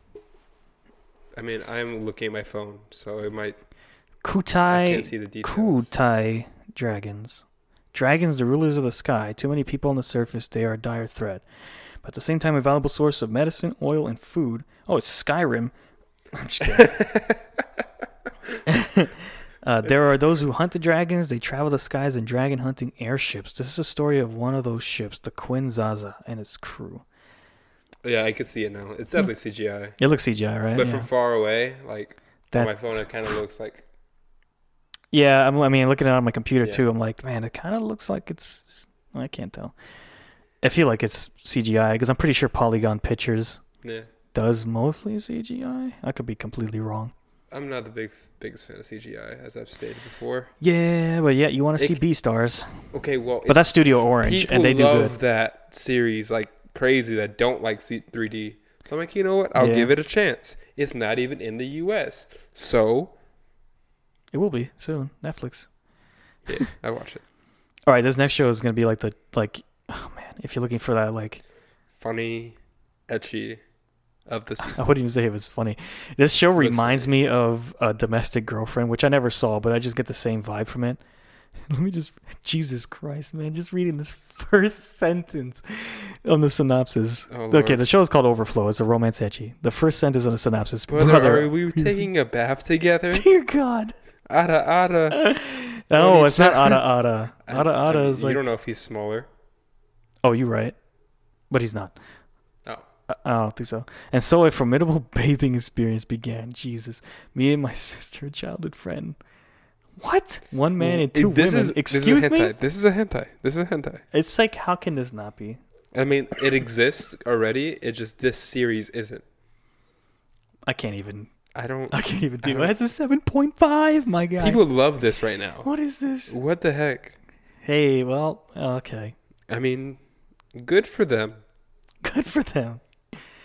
[SPEAKER 2] I mean, I'm looking at my phone, so it might I
[SPEAKER 1] Kutai
[SPEAKER 2] can't see the details.
[SPEAKER 1] Kutai dragons. Dragons, the rulers of the sky. Too many people on the surface, they are a dire threat. But at the same time, a valuable source of medicine, oil, and food. Oh, it's Skyrim. [LAUGHS] I'm just kidding. [LAUGHS] uh, there are those who hunt the dragons. They travel the skies in dragon hunting airships. This is a story of one of those ships, the Quinn Zaza, and its crew.
[SPEAKER 2] Yeah, I could see it now. It's definitely CGI,
[SPEAKER 1] It looks CGI, right?
[SPEAKER 2] but
[SPEAKER 1] yeah.
[SPEAKER 2] from far away, like
[SPEAKER 1] That-
[SPEAKER 2] on my phone, it kind of looks like
[SPEAKER 1] Yeah, I'm, I mean, looking at it on my computer
[SPEAKER 2] Yeah.
[SPEAKER 1] too, I'm like, man, it kind of looks like it's. I can't tell. I feel like it's CGI because I'm pretty sure Polygon Pictures
[SPEAKER 2] yeah.
[SPEAKER 1] does mostly CGI. I could be completely wrong.
[SPEAKER 2] I'm not the big biggest fan of CGI, as I've stated before.
[SPEAKER 1] Yeah, but yeah, you want to
[SPEAKER 2] It-
[SPEAKER 1] see B stars,
[SPEAKER 2] Okay, well,
[SPEAKER 1] but that's Studio Orange,
[SPEAKER 2] people
[SPEAKER 1] and they do good.
[SPEAKER 2] love that series like crazy that don't like C- 3D. So I'm like, you know what? I'll
[SPEAKER 1] Yeah.
[SPEAKER 2] give it a chance. It's not even in the U.S., so
[SPEAKER 1] It will be soon. Netflix.
[SPEAKER 2] yeah, I watch it.
[SPEAKER 1] All right, this next show is gonna be like the like. Oh man, if you're looking for that, like
[SPEAKER 2] Funny, etchy, of the
[SPEAKER 1] I
[SPEAKER 2] season.
[SPEAKER 1] wouldn't even say if it's funny. This show
[SPEAKER 2] That's
[SPEAKER 1] reminds me of a domestic girlfriend, which I never saw, but I just get the same vibe from it. [LAUGHS] Let me just Jesus Christ, man! Just reading this [LAUGHS] first sentence on the synopsis.
[SPEAKER 2] Oh,
[SPEAKER 1] okay,
[SPEAKER 2] Lord.
[SPEAKER 1] the show is called Overflow. It's a romance etchy. The first sentence on the synopsis, [LAUGHS]
[SPEAKER 2] Brother,
[SPEAKER 1] brother.
[SPEAKER 2] are we taking a bath
[SPEAKER 1] [LAUGHS]
[SPEAKER 2] together?
[SPEAKER 1] Dear God.
[SPEAKER 2] Ada, ada.
[SPEAKER 1] No,
[SPEAKER 2] need
[SPEAKER 1] it's not
[SPEAKER 2] to-
[SPEAKER 1] Ada
[SPEAKER 2] [LAUGHS]
[SPEAKER 1] Ada. Ada Ada is
[SPEAKER 2] You
[SPEAKER 1] like.
[SPEAKER 2] don't know if he's smaller.
[SPEAKER 1] Oh, you're right. But he's not.
[SPEAKER 2] Oh.
[SPEAKER 1] I I don't think so. And so a formidable [LAUGHS] bathing experience began. Jesus. Me and my [LAUGHS] sister, a childhood friend. What? One man and two
[SPEAKER 2] this
[SPEAKER 1] women.
[SPEAKER 2] Is,
[SPEAKER 1] Excuse
[SPEAKER 2] this is a
[SPEAKER 1] me?
[SPEAKER 2] hentai. This is a hentai. This is a hentai.
[SPEAKER 1] It's like, how can this not be?
[SPEAKER 2] I mean, it exists already. It just this series isn't.
[SPEAKER 1] I can't even. [LAUGHS]
[SPEAKER 2] I don't.
[SPEAKER 1] I can't even
[SPEAKER 2] I
[SPEAKER 1] do
[SPEAKER 2] don't-
[SPEAKER 1] it. It's a 7.5, my God.
[SPEAKER 2] People love this right now.
[SPEAKER 1] what is this?
[SPEAKER 2] What the heck?
[SPEAKER 1] Hey, well, okay. [LAUGHS]
[SPEAKER 2] I mean, good for them.
[SPEAKER 1] Good for them.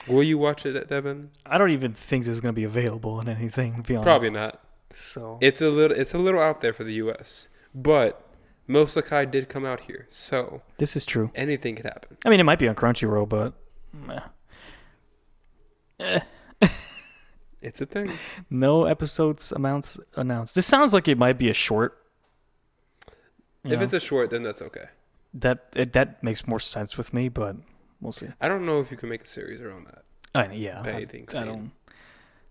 [SPEAKER 2] Will you watch it, Devin?
[SPEAKER 1] I don't even think this is going to be available on anything, to be honest.
[SPEAKER 2] Probably not.
[SPEAKER 1] So.
[SPEAKER 2] It's a little. It's a little out there for the U.S. But Mosakai did come out here, so
[SPEAKER 1] this is true.
[SPEAKER 2] anything could happen.
[SPEAKER 1] I mean, it might be on Crunchyroll, but meh.
[SPEAKER 2] It's a thing.
[SPEAKER 1] no episodes amounts announced. This sounds like it might be a short. You
[SPEAKER 2] If
[SPEAKER 1] know,
[SPEAKER 2] it's a short, then that's okay.
[SPEAKER 1] that it, that makes more sense with me, but we'll see.
[SPEAKER 2] I don't know if you can make a series around that
[SPEAKER 1] I mean, yeah, I,
[SPEAKER 2] bathing
[SPEAKER 1] I
[SPEAKER 2] scene.
[SPEAKER 1] don't.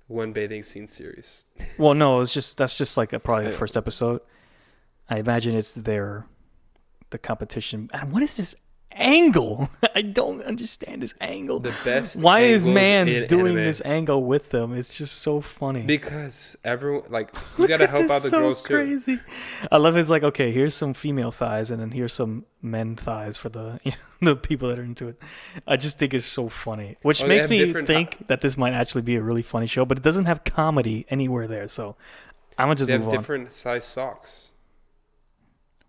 [SPEAKER 2] One bathing scene series.
[SPEAKER 1] Well, no, it's just that's just like a, probably the
[SPEAKER 2] Yeah.
[SPEAKER 1] first episode. I imagine it's their the competition. And what is this angle? [LAUGHS] I don't understand this angle.
[SPEAKER 2] The best.
[SPEAKER 1] Why is
[SPEAKER 2] angles
[SPEAKER 1] man's
[SPEAKER 2] in
[SPEAKER 1] doing
[SPEAKER 2] anime.
[SPEAKER 1] this angle with them? It's just so funny.
[SPEAKER 2] Because everyone, like, you
[SPEAKER 1] Look
[SPEAKER 2] gotta
[SPEAKER 1] at
[SPEAKER 2] help
[SPEAKER 1] this,
[SPEAKER 2] out the
[SPEAKER 1] so
[SPEAKER 2] girls too.
[SPEAKER 1] crazy. I love it's like okay, here's some female thighs, and then here's some men thighs for the [LAUGHS] you know, the people that are into it. I just think it's so funny, which
[SPEAKER 2] Oh, they
[SPEAKER 1] makes
[SPEAKER 2] have
[SPEAKER 1] me
[SPEAKER 2] different-
[SPEAKER 1] think that this might actually be a really funny show, but it doesn't have comedy anywhere there. So I'm gonna just
[SPEAKER 2] They have
[SPEAKER 1] move on.
[SPEAKER 2] different size socks.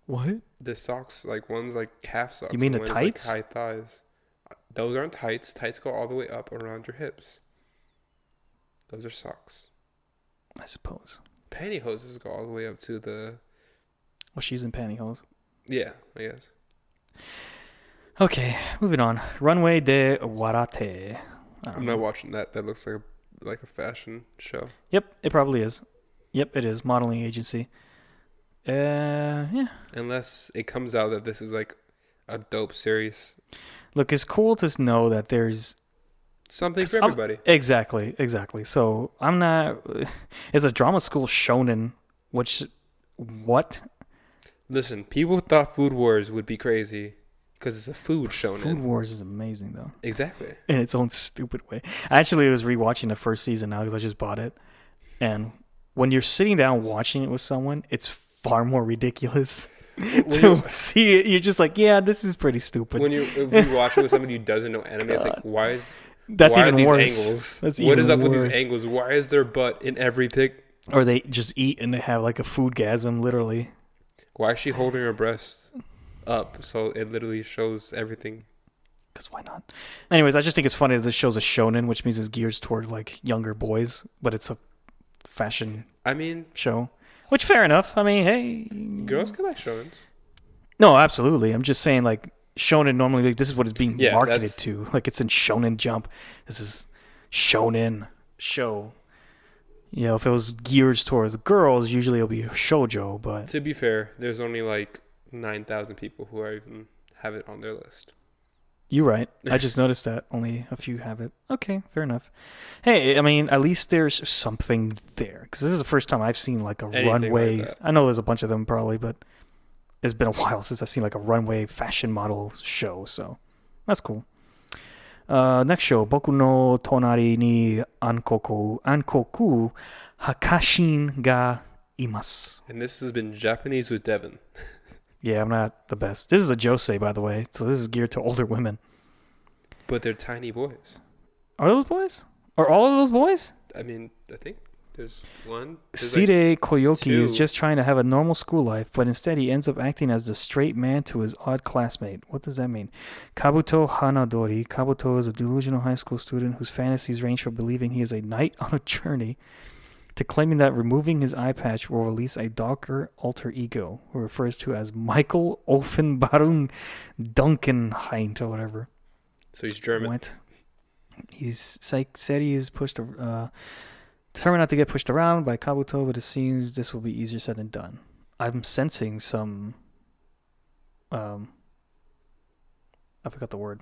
[SPEAKER 1] What?
[SPEAKER 2] The socks, like, one's like half socks.
[SPEAKER 1] mean
[SPEAKER 2] and
[SPEAKER 1] the
[SPEAKER 2] one is,
[SPEAKER 1] tights?
[SPEAKER 2] Like, high thighs. Those aren't tights. Tights go all the way up around your hips. Those are socks.
[SPEAKER 1] I suppose.
[SPEAKER 2] Pantyhoses go all the way up to the.
[SPEAKER 1] Well, she's in pantyhose.
[SPEAKER 2] Yeah, I guess.
[SPEAKER 1] Okay, moving on. Runway de Warate. I don't
[SPEAKER 2] I'm
[SPEAKER 1] know.
[SPEAKER 2] not watching that. That looks like a, like a fashion show.
[SPEAKER 1] Yep, it probably is. Yep, it is modeling agency. Uh, yeah.
[SPEAKER 2] Unless it comes out that this is like a dope series.
[SPEAKER 1] Look, it's cool to know that there's
[SPEAKER 2] Something for
[SPEAKER 1] I'm-
[SPEAKER 2] everybody.
[SPEAKER 1] Exactly, exactly. So I'm not. [LAUGHS] It's a drama school shonen, which what
[SPEAKER 2] Listen, people thought Food Wars would be crazy because it's a food shonen.
[SPEAKER 1] Food Wars is amazing though [LAUGHS]
[SPEAKER 2] Exactly.
[SPEAKER 1] in its own stupid way. I actually was rewatching the first season now because I just bought it, and when you're sitting down watching it with someone, it's far more ridiculous [LAUGHS] to
[SPEAKER 2] you-
[SPEAKER 1] see it. You're just like, yeah, this is pretty stupid.
[SPEAKER 2] [LAUGHS] when you if you watch it with somebody who doesn't know anime, it's like why is
[SPEAKER 1] That's
[SPEAKER 2] why are
[SPEAKER 1] even
[SPEAKER 2] these
[SPEAKER 1] worse.
[SPEAKER 2] angles?
[SPEAKER 1] That's
[SPEAKER 2] what is up
[SPEAKER 1] even
[SPEAKER 2] with
[SPEAKER 1] worse.
[SPEAKER 2] these angles? Why is their butt in every pic?
[SPEAKER 1] Or they just eat and they have like a food gasm, literally.
[SPEAKER 2] Why is she holding her breast up so it literally shows everything?
[SPEAKER 1] because why not? Anyways, I just think it's funny that this show's a shonen, which means it's geared toward like younger boys, but it's a fashion
[SPEAKER 2] I mean,
[SPEAKER 1] show. Which fair enough. I mean, hey,
[SPEAKER 2] girls can like shonens.
[SPEAKER 1] No, absolutely. I'm just saying like shonen normally like, this is what it's being
[SPEAKER 2] Yeah,
[SPEAKER 1] marketed
[SPEAKER 2] that's-
[SPEAKER 1] to. Like it's in Shonen Jump. This is shonen show. You know, if it was geared towards girls, usually it'll be shojo, but
[SPEAKER 2] To be fair, there's only like nine thousand people who are even have it on their list.
[SPEAKER 1] You're right.
[SPEAKER 2] [LAUGHS]
[SPEAKER 1] I just noticed that only a few have it. Okay, fair enough. Hey, I mean, at least there's something there because this is the first time I've seen like a
[SPEAKER 2] Anything like
[SPEAKER 1] runway.
[SPEAKER 2] that.
[SPEAKER 1] I know there's a bunch of them probably, but it's been a [LAUGHS] while since I've seen like a runway fashion model show. So that's cool. Uh, next show, Boku no Tonari ni Ankoku Ankoku Hakashin ga Imasu.
[SPEAKER 2] And this has been Japanese with Devin.
[SPEAKER 1] Yeah, I'm not the best. This is a josei, by the way, so this is geared to older women.
[SPEAKER 2] But they're tiny boys.
[SPEAKER 1] Are those boys? Are all of those boys?
[SPEAKER 2] I mean, I think There's one. There's like-
[SPEAKER 1] Sire Koyoki is
[SPEAKER 2] two.
[SPEAKER 1] just trying to have a normal school life, but instead he ends up acting as the straight man to his odd classmate. What does that mean? Kabuto Hanadori. Kabuto is a delusional high school student whose fantasies range from believing he is a knight on a journey to claiming that removing his eye patch will release a darker alter ego, who refers to as Michael Offenbarung Dunkenheit or whatever.
[SPEAKER 2] so he's German.
[SPEAKER 1] Went. He's psych- said he is pushed. ar- Uh, determined not to get pushed around by Kabuto, but it seems this will be easier said than done. I'm sensing some. Um. I forgot the word.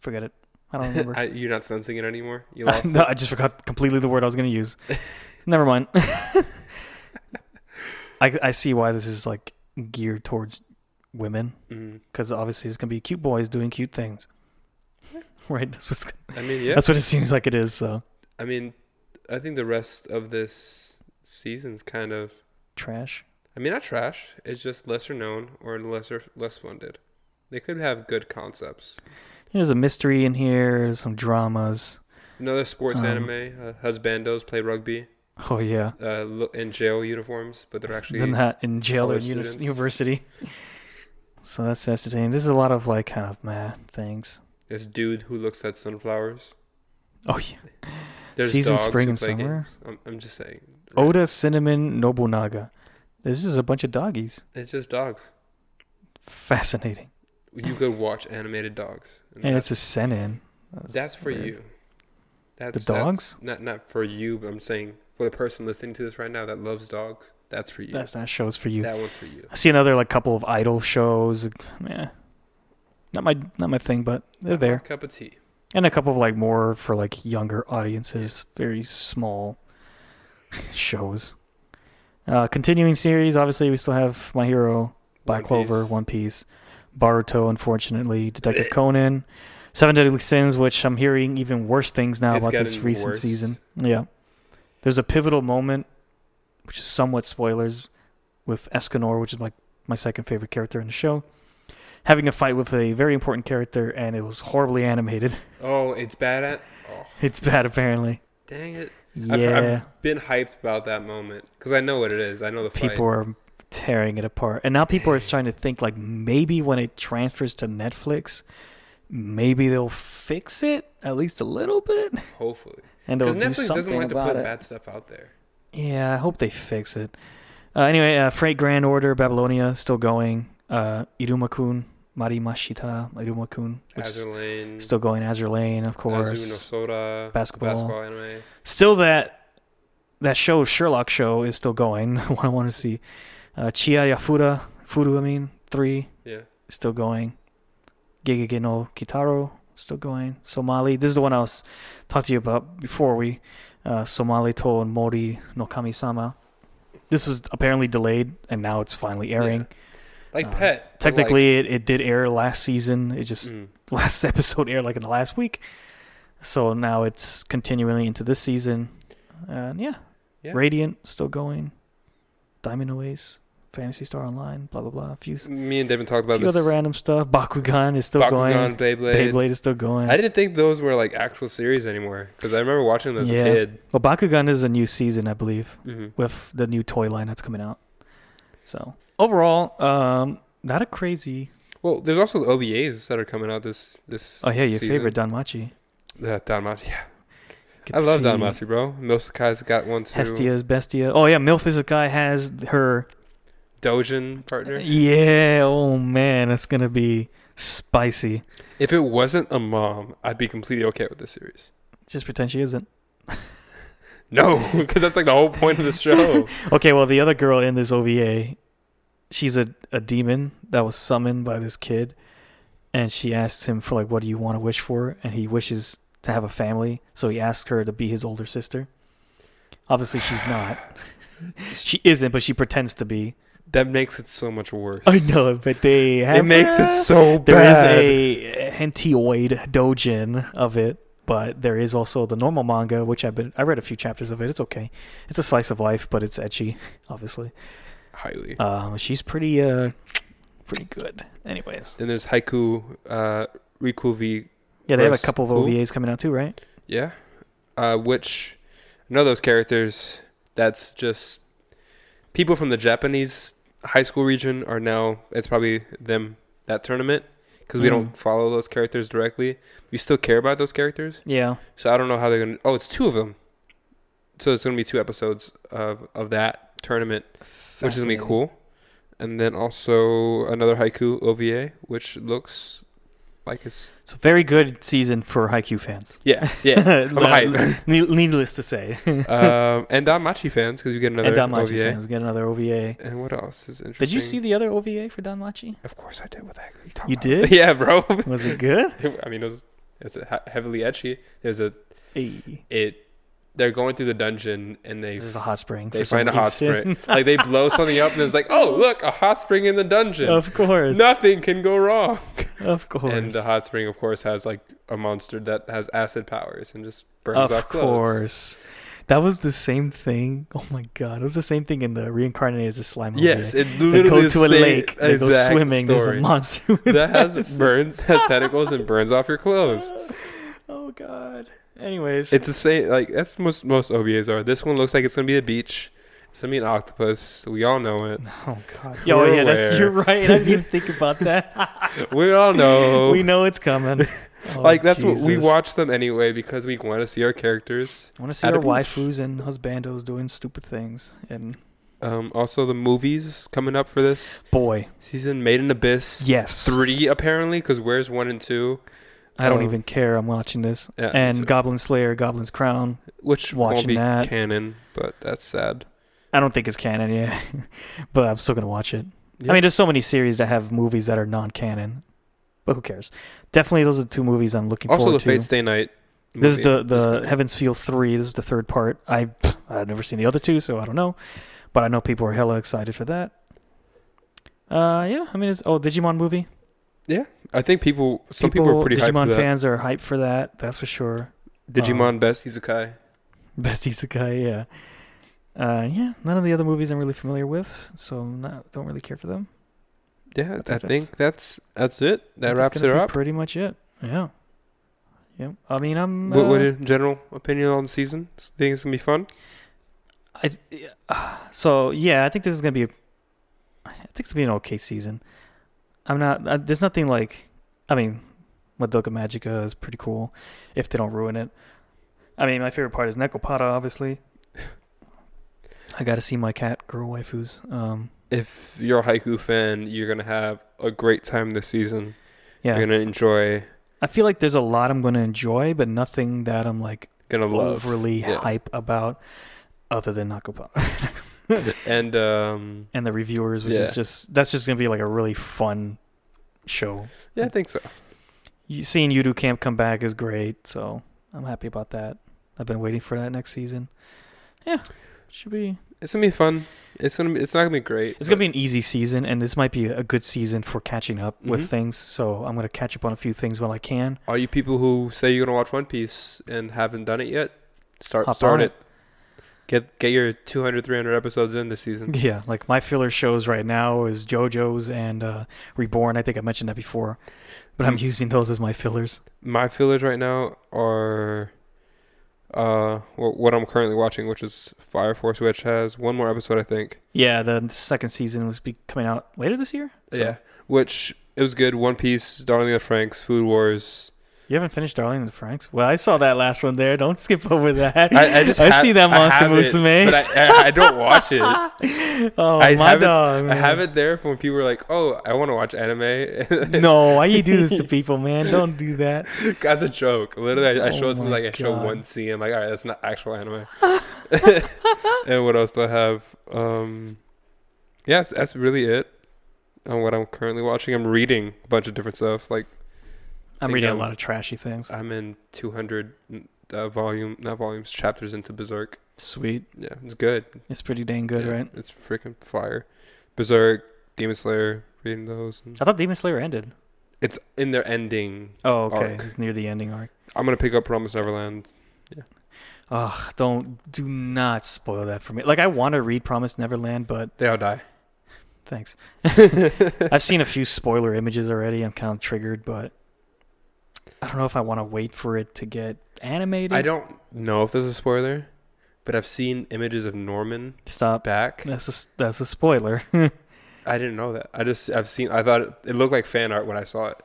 [SPEAKER 1] Forget it. I
[SPEAKER 2] [LAUGHS]
[SPEAKER 1] don't remember. [LAUGHS]
[SPEAKER 2] [LAUGHS] I, you're not sensing it anymore. You lost
[SPEAKER 1] no,
[SPEAKER 2] it.
[SPEAKER 1] I just forgot completely the word I was going to
[SPEAKER 2] [LAUGHS]
[SPEAKER 1] use. Never mind. [LAUGHS] I I see why this is like geared towards women
[SPEAKER 2] Mhm.
[SPEAKER 1] because obviously it's going to be cute boys doing cute things. [LAUGHS] Right, that's what's
[SPEAKER 2] I mean, yeah.
[SPEAKER 1] that's what it [LAUGHS] seems like it is. So
[SPEAKER 2] I mean, I think the rest of this season's kind of.
[SPEAKER 1] trash.
[SPEAKER 2] I mean, not trash. It's just lesser known or lesser less funded. They could have good concepts.
[SPEAKER 1] There's a mystery in here. There's some dramas.
[SPEAKER 2] Another sports
[SPEAKER 1] Um,
[SPEAKER 2] anime. Uh, husbandos play rugby
[SPEAKER 1] Oh yeah.
[SPEAKER 2] uh, lo- in jail uniforms,
[SPEAKER 1] [LAUGHS]
[SPEAKER 2] but they're actually
[SPEAKER 1] Than that in jail or
[SPEAKER 2] college
[SPEAKER 1] in uni-
[SPEAKER 2] students.
[SPEAKER 1] university. So that's that's the same. This is a lot of like kind of meh things.
[SPEAKER 2] this dude who looks at sunflowers.
[SPEAKER 1] Oh yeah.
[SPEAKER 2] There's
[SPEAKER 1] Season
[SPEAKER 2] dogs
[SPEAKER 1] spring
[SPEAKER 2] who
[SPEAKER 1] and
[SPEAKER 2] play
[SPEAKER 1] summer?
[SPEAKER 2] games. I'm, I'm just saying.
[SPEAKER 1] Oda Cinnamon Nobunaga. This is a bunch of doggies.
[SPEAKER 2] It's just dogs.
[SPEAKER 1] Fascinating.
[SPEAKER 2] You could watch animated dogs.
[SPEAKER 1] And it's a
[SPEAKER 2] that's-
[SPEAKER 1] senin.
[SPEAKER 2] That's for
[SPEAKER 1] weird.
[SPEAKER 2] you. That's,
[SPEAKER 1] dogs?
[SPEAKER 2] That's not not for you, but I'm saying for the person listening to this right now that loves dogs. That's for you.
[SPEAKER 1] That's not shows for you.
[SPEAKER 2] That one's for you.
[SPEAKER 1] I see another like couple of idol shows. Yeah. Not my not my thing, but they're
[SPEAKER 2] Not my
[SPEAKER 1] there.
[SPEAKER 2] Cup of tea.
[SPEAKER 1] and a couple of like more for like younger audiences, very small [LAUGHS] shows. Uh, continuing series, obviously, we still have My Hero, Black
[SPEAKER 2] One
[SPEAKER 1] Clover,
[SPEAKER 2] Piece. Eh.
[SPEAKER 1] One Piece, Baruto, unfortunately, Detective Conan, Seven Deadly Sins, which I'm hearing even worse things now
[SPEAKER 2] It's
[SPEAKER 1] about this
[SPEAKER 2] gotten
[SPEAKER 1] recent
[SPEAKER 2] worse.
[SPEAKER 1] season. Yeah, there's a pivotal moment, which is somewhat spoilers, with Escanor, which is my my second favorite character in the show, having a fight with a very important character, and it was horribly animated. [LAUGHS]
[SPEAKER 2] Oh, it's bad at. Oh,
[SPEAKER 1] It's bad, apparently.
[SPEAKER 2] dang it! I've,
[SPEAKER 1] Yeah,
[SPEAKER 2] I've been hyped about that moment because I know what it is. I know the fight.
[SPEAKER 1] people are tearing it apart, and now people are trying to think like maybe when it transfers to Netflix, maybe they'll fix it at least a little bit,
[SPEAKER 2] Hopefully,
[SPEAKER 1] and they'll
[SPEAKER 2] because
[SPEAKER 1] do
[SPEAKER 2] Netflix doesn't
[SPEAKER 1] something
[SPEAKER 2] want to
[SPEAKER 1] about
[SPEAKER 2] put
[SPEAKER 1] it.
[SPEAKER 2] bad stuff out there.
[SPEAKER 1] Yeah, I hope they fix it. Uh, anyway, uh, Freight Grand Order Babylonia still going. Uh, Iruma-kun, Marimashita, Iruma-kun, which is
[SPEAKER 2] Azulane,
[SPEAKER 1] still going. Azur Lane, of course.
[SPEAKER 2] Azu no Sora,
[SPEAKER 1] Basketball.
[SPEAKER 2] basketball anime.
[SPEAKER 1] still that that show Sherlock show is still going. [LAUGHS] The one I want to see, uh, Chia Yafuda Furu. I mean three
[SPEAKER 2] Yeah,
[SPEAKER 1] is still going. Gigage no Kitaro still going. Somali. This is the one I was talked to you about before we uh, Somali to and Mori no Kamisama. This was apparently delayed and now it's finally airing.
[SPEAKER 2] like
[SPEAKER 1] Uh,
[SPEAKER 2] Pet. but like-
[SPEAKER 1] Technically, it, it did air last season. It just
[SPEAKER 2] Mm.
[SPEAKER 1] last [LAUGHS] episode aired like in the last week. So now it's continuing into this season. And yeah.
[SPEAKER 2] Yeah.
[SPEAKER 1] Radiant still going. Diamond Aways, Fantasy Star Online, blah blah blah. A few,
[SPEAKER 2] me and Devin talked about
[SPEAKER 1] few
[SPEAKER 2] this.
[SPEAKER 1] other random stuff. Bakugan is still going.
[SPEAKER 2] Bakugan, Beyblade.
[SPEAKER 1] Beyblade is still going.
[SPEAKER 2] I didn't think those were like actual series anymore because I remember watching them as
[SPEAKER 1] Yeah.
[SPEAKER 2] a kid.
[SPEAKER 1] well, Bakugan is a new season, I believe,
[SPEAKER 2] Mhm.
[SPEAKER 1] with the new toy line that's coming out. So overall, um, not a crazy.
[SPEAKER 2] Well, there's also OVAs that are coming out this this.
[SPEAKER 1] Oh yeah, your
[SPEAKER 2] season.
[SPEAKER 1] favorite Danmachi.
[SPEAKER 2] Uh, Danmachi. Yeah,
[SPEAKER 1] Get
[SPEAKER 2] I
[SPEAKER 1] to
[SPEAKER 2] love
[SPEAKER 1] see
[SPEAKER 2] Danmachi, bro. Milsakai's got one too.
[SPEAKER 1] Hestia's Bestia. Oh yeah, Milf is a guy has her
[SPEAKER 2] Dojin partner.
[SPEAKER 1] Uh, Yeah, oh man, it's gonna be spicy.
[SPEAKER 2] If it wasn't a mom, I'd be completely okay with this series.
[SPEAKER 1] Just pretend she isn't.
[SPEAKER 2] No, [LAUGHS] because that's like the whole point of [LAUGHS] the show.
[SPEAKER 1] [LAUGHS] Okay, well the other girl in this OVA, she's a, a demon that was summoned by this kid and she asks him for like what do you want to wish for? And he wishes to have a family, so he asks her to be his older sister. Obviously she's
[SPEAKER 2] [SIGHS]
[SPEAKER 1] not. [LAUGHS] she isn't, but she pretends to
[SPEAKER 2] [LAUGHS]
[SPEAKER 1] be.
[SPEAKER 2] that makes it so much worse.
[SPEAKER 1] I know, but they have
[SPEAKER 2] It makes it so
[SPEAKER 1] There is
[SPEAKER 2] bad.
[SPEAKER 1] a hentioid dojin of it, but there is also the normal manga, which I've been I read a few chapters of it. It's okay. It's a slice of life, but it's etchy, obviously.
[SPEAKER 2] highly.
[SPEAKER 1] Um, she's pretty uh, pretty good. Anyways,
[SPEAKER 2] and there's haiku, uh, Riku v.
[SPEAKER 1] yeah, they have a
[SPEAKER 2] Verse
[SPEAKER 1] couple of
[SPEAKER 2] cool.
[SPEAKER 1] OVAs coming out too, right?
[SPEAKER 2] Yeah, uh, which none of those characters. That's just people from the Japanese high school region are now. It's probably them that tournament because we don't follow those characters directly. We still care about those characters,
[SPEAKER 1] Yeah.
[SPEAKER 2] so I don't know how they're gonna. Oh, it's two of them, so it's gonna be two episodes of of that tournament, which is gonna be
[SPEAKER 1] Fascinating.
[SPEAKER 2] cool. And then also another haiku OVA, which looks like it's
[SPEAKER 1] So very good season for Haikyuu fans.
[SPEAKER 2] yeah
[SPEAKER 1] [LAUGHS]
[SPEAKER 2] yeah. I'm
[SPEAKER 1] Uh, [LAUGHS]
[SPEAKER 2] hype.
[SPEAKER 1] need- Needless to say,
[SPEAKER 2] um, and Danmachi fans because you get another
[SPEAKER 1] and [LAUGHS] Danmachi
[SPEAKER 2] OVA.
[SPEAKER 1] fans get another OVA.
[SPEAKER 2] And what else is interesting?
[SPEAKER 1] Did you see the other OVA for
[SPEAKER 2] [LAUGHS]
[SPEAKER 1] Danmachi?
[SPEAKER 2] Of course I did. What the heck are you talking
[SPEAKER 1] You
[SPEAKER 2] about?
[SPEAKER 1] did?
[SPEAKER 2] [LAUGHS] yeah, bro.
[SPEAKER 1] Was it good?
[SPEAKER 2] I mean, it was it's a he- heavily etchy. There's a
[SPEAKER 1] Hey.
[SPEAKER 2] it. They're going through the dungeon and they
[SPEAKER 1] There's a hot spring.
[SPEAKER 2] they
[SPEAKER 1] for some
[SPEAKER 2] find a hot
[SPEAKER 1] reason. [LAUGHS]
[SPEAKER 2] spring. like they blow something up and it's like, oh look, a hot spring in the dungeon.
[SPEAKER 1] of course.
[SPEAKER 2] Nothing can go wrong.
[SPEAKER 1] Of course.
[SPEAKER 2] And uh, the hot spring, of course, has like a monster that has acid powers and just burns
[SPEAKER 1] of
[SPEAKER 2] off clothes.
[SPEAKER 1] course. That was the same thing. Oh my god. It was the same thing in the reincarnated as a slime OVA.
[SPEAKER 2] Yes, it
[SPEAKER 1] They
[SPEAKER 2] literally
[SPEAKER 1] go
[SPEAKER 2] the
[SPEAKER 1] to a
[SPEAKER 2] same
[SPEAKER 1] lake. They go
[SPEAKER 2] exact
[SPEAKER 1] swimming. There's a
[SPEAKER 2] story.
[SPEAKER 1] monster. with
[SPEAKER 2] that has
[SPEAKER 1] eyes. [LAUGHS]
[SPEAKER 2] burns has tentacles and burns off your clothes.
[SPEAKER 1] Oh god. Anyways,
[SPEAKER 2] It's the same. Like that's most most OVAs are. This one looks like it's gonna be a beach. It's gonna be an octopus. We all know it.
[SPEAKER 1] [LAUGHS] oh god. Yo,
[SPEAKER 2] We're
[SPEAKER 1] yeah, that's,
[SPEAKER 2] aware.
[SPEAKER 1] you're right. I didn't even think
[SPEAKER 2] [LAUGHS]
[SPEAKER 1] about that.
[SPEAKER 2] We
[SPEAKER 1] [LAUGHS]
[SPEAKER 2] all know.
[SPEAKER 1] we know it's
[SPEAKER 2] [LAUGHS]
[SPEAKER 1] coming. Oh,
[SPEAKER 2] like that's what we
[SPEAKER 1] Jesus.
[SPEAKER 2] watch them anyway because we want to see our characters.
[SPEAKER 1] I want to see
[SPEAKER 2] at
[SPEAKER 1] our
[SPEAKER 2] a beach.
[SPEAKER 1] waifus and husbandos doing stupid things. And
[SPEAKER 2] Um, also the movies coming up for this
[SPEAKER 1] boy,
[SPEAKER 2] season: Made in Abyss
[SPEAKER 1] yes,
[SPEAKER 2] three apparently because where's one and two?
[SPEAKER 1] I don't
[SPEAKER 2] um,
[SPEAKER 1] even care. I'm watching this.
[SPEAKER 2] Yeah,
[SPEAKER 1] and
[SPEAKER 2] so-
[SPEAKER 1] Goblin Slayer, Goblin's Crown.
[SPEAKER 2] which won't
[SPEAKER 1] watching
[SPEAKER 2] be
[SPEAKER 1] that.
[SPEAKER 2] canon, but that's sad.
[SPEAKER 1] I don't think it's canon, yeah, [LAUGHS] but I'm still gonna watch it. I
[SPEAKER 2] Yeah.
[SPEAKER 1] mean, there's so many series that have movies that are non-canon, but who cares? Definitely, those are the two movies I'm looking
[SPEAKER 2] Also, the
[SPEAKER 1] forward to.
[SPEAKER 2] Fates Day Night.
[SPEAKER 1] this is the
[SPEAKER 2] movie is
[SPEAKER 1] the
[SPEAKER 2] coming.
[SPEAKER 1] Heaven's Feel three. This is the third part. I pff, I've never seen the other two, so I don't know, but I know people are hella excited for that. Uh, yeah. I mean, it's, oh, Digimon movie.
[SPEAKER 2] I think people. Some people, are pretty hyped
[SPEAKER 1] Digimon Uh,
[SPEAKER 2] for that.
[SPEAKER 1] fans are hyped for that. That's for sure.
[SPEAKER 2] Digimon Best Izakai.
[SPEAKER 1] [LAUGHS] Best isekai, yeah. Uh, yeah. None of the other movies I'm really familiar with, so I'm not don't really care for them.
[SPEAKER 2] Yeah, I
[SPEAKER 1] think that's-
[SPEAKER 2] think, that's that's it. That
[SPEAKER 1] That's
[SPEAKER 2] wraps it
[SPEAKER 1] gonna be
[SPEAKER 2] up.
[SPEAKER 1] Pretty much it. Yeah. Yep. I mean, I'm.
[SPEAKER 2] What, what
[SPEAKER 1] uh,
[SPEAKER 2] your general opinion on the season? S- Think it's gonna be fun?
[SPEAKER 1] I, [SIGHS] so yeah, I think this is gonna be. a- I think it's gonna be an okay season. I'm not. Uh, there's nothing like. I mean, Madoka Magica is pretty cool, if they don't ruin it. I mean, my favorite part is Nekopada,
[SPEAKER 2] [LAUGHS]
[SPEAKER 1] obviously. I gotta see my cat girl waifus. Um,
[SPEAKER 2] If you're a haiku fan, you're gonna have a great time this season.
[SPEAKER 1] yeah,
[SPEAKER 2] You're gonna enjoy.
[SPEAKER 1] I feel like there's a lot I'm gonna enjoy, but nothing that I'm like
[SPEAKER 2] Gonna love.
[SPEAKER 1] overly
[SPEAKER 2] Yeah.
[SPEAKER 1] hype about, other than Nekopada.
[SPEAKER 2] [LAUGHS] and um,
[SPEAKER 1] [LAUGHS] and the reviewers, which
[SPEAKER 2] Yeah.
[SPEAKER 1] is just that's just gonna be like a really fun show.
[SPEAKER 2] yeah, I think so.
[SPEAKER 1] You, seeing Yudu Camp come back is great, so I'm happy about that. I've been waiting for that next season. Yeah, should be.
[SPEAKER 2] It's gonna be fun. It's gonna. Be, it's not gonna be great.
[SPEAKER 1] It's gonna be an easy season, and this might be a good season for catching up
[SPEAKER 2] Mhm.
[SPEAKER 1] with things. So I'm gonna catch up on a few things while I can.
[SPEAKER 2] All you people who say you're gonna watch One Piece and haven't done it yet, start
[SPEAKER 1] Hop on
[SPEAKER 2] start
[SPEAKER 1] it.
[SPEAKER 2] it. Get get your 200, 300 episodes in this season.
[SPEAKER 1] [LAUGHS] Yeah, like my filler shows right now is JoJo's and uh, Reborn. I think I mentioned that before, but I'm
[SPEAKER 2] Mm.
[SPEAKER 1] using those as my fillers.
[SPEAKER 2] my fillers right now are uh wh- what I'm currently watching, which is Fire Force, which has one more episode, I think.
[SPEAKER 1] Yeah, the second season was be coming out later this year. so-
[SPEAKER 2] which it was good. One Piece, Darling in the Franks, Food Wars.
[SPEAKER 1] You haven't finished Darling in the Franks? Well, I saw that last one there. Don't skip [LAUGHS] over that.
[SPEAKER 2] I, I just ha-
[SPEAKER 1] see that
[SPEAKER 2] I
[SPEAKER 1] Monster
[SPEAKER 2] have it,
[SPEAKER 1] Musume.
[SPEAKER 2] but I, I, I don't
[SPEAKER 1] [LAUGHS]
[SPEAKER 2] watch it. I
[SPEAKER 1] oh,
[SPEAKER 2] I
[SPEAKER 1] my
[SPEAKER 2] have it-
[SPEAKER 1] dog. man.
[SPEAKER 2] have it there for when people are like, "Oh, I want to watch anime." [LAUGHS]
[SPEAKER 1] No, why you do [LAUGHS] this to people, man? Don't do that.
[SPEAKER 2] [LAUGHS] That's a joke. Literally, I, I
[SPEAKER 1] Oh
[SPEAKER 2] showed some
[SPEAKER 1] my
[SPEAKER 2] like I showed
[SPEAKER 1] God.
[SPEAKER 2] one scene. I'm like, all right, that's not actual anime.
[SPEAKER 1] [LAUGHS]
[SPEAKER 2] [LAUGHS] and what else do I have? Um, yes, that's really it on what I'm currently watching. I'm reading a bunch of different stuff. Like
[SPEAKER 1] I'm
[SPEAKER 2] Think
[SPEAKER 1] reading
[SPEAKER 2] I'm-
[SPEAKER 1] a lot of trashy things.
[SPEAKER 2] I'm in 200 uh, volume, not volumes, chapters into Berserk.
[SPEAKER 1] Sweet.
[SPEAKER 2] Yeah, it's good.
[SPEAKER 1] It's pretty dang good,
[SPEAKER 2] Yeah,
[SPEAKER 1] right?
[SPEAKER 2] It's freaking fire. Berserk, Demon Slayer, reading those.
[SPEAKER 1] I thought Demon Slayer ended.
[SPEAKER 2] It's in their ending.
[SPEAKER 1] Oh, okay.
[SPEAKER 2] Arc.
[SPEAKER 1] It's near the ending arc.
[SPEAKER 2] I'm gonna pick up Promise Neverland.
[SPEAKER 1] Ugh, don't do not spoil that for me. Like I want to read Promised Neverland, but
[SPEAKER 2] They all die.
[SPEAKER 1] thanks. I've seen a few spoiler images already. I'm kind of triggered, but I don't know if I want to wait for it to get animated.
[SPEAKER 2] I don't know if there's a spoiler, but I've seen images of Norman
[SPEAKER 1] Stop.
[SPEAKER 2] back.
[SPEAKER 1] That's a that's a spoiler.
[SPEAKER 2] I didn't know that. I just I've seen. I thought it, it looked like fan art when I saw it.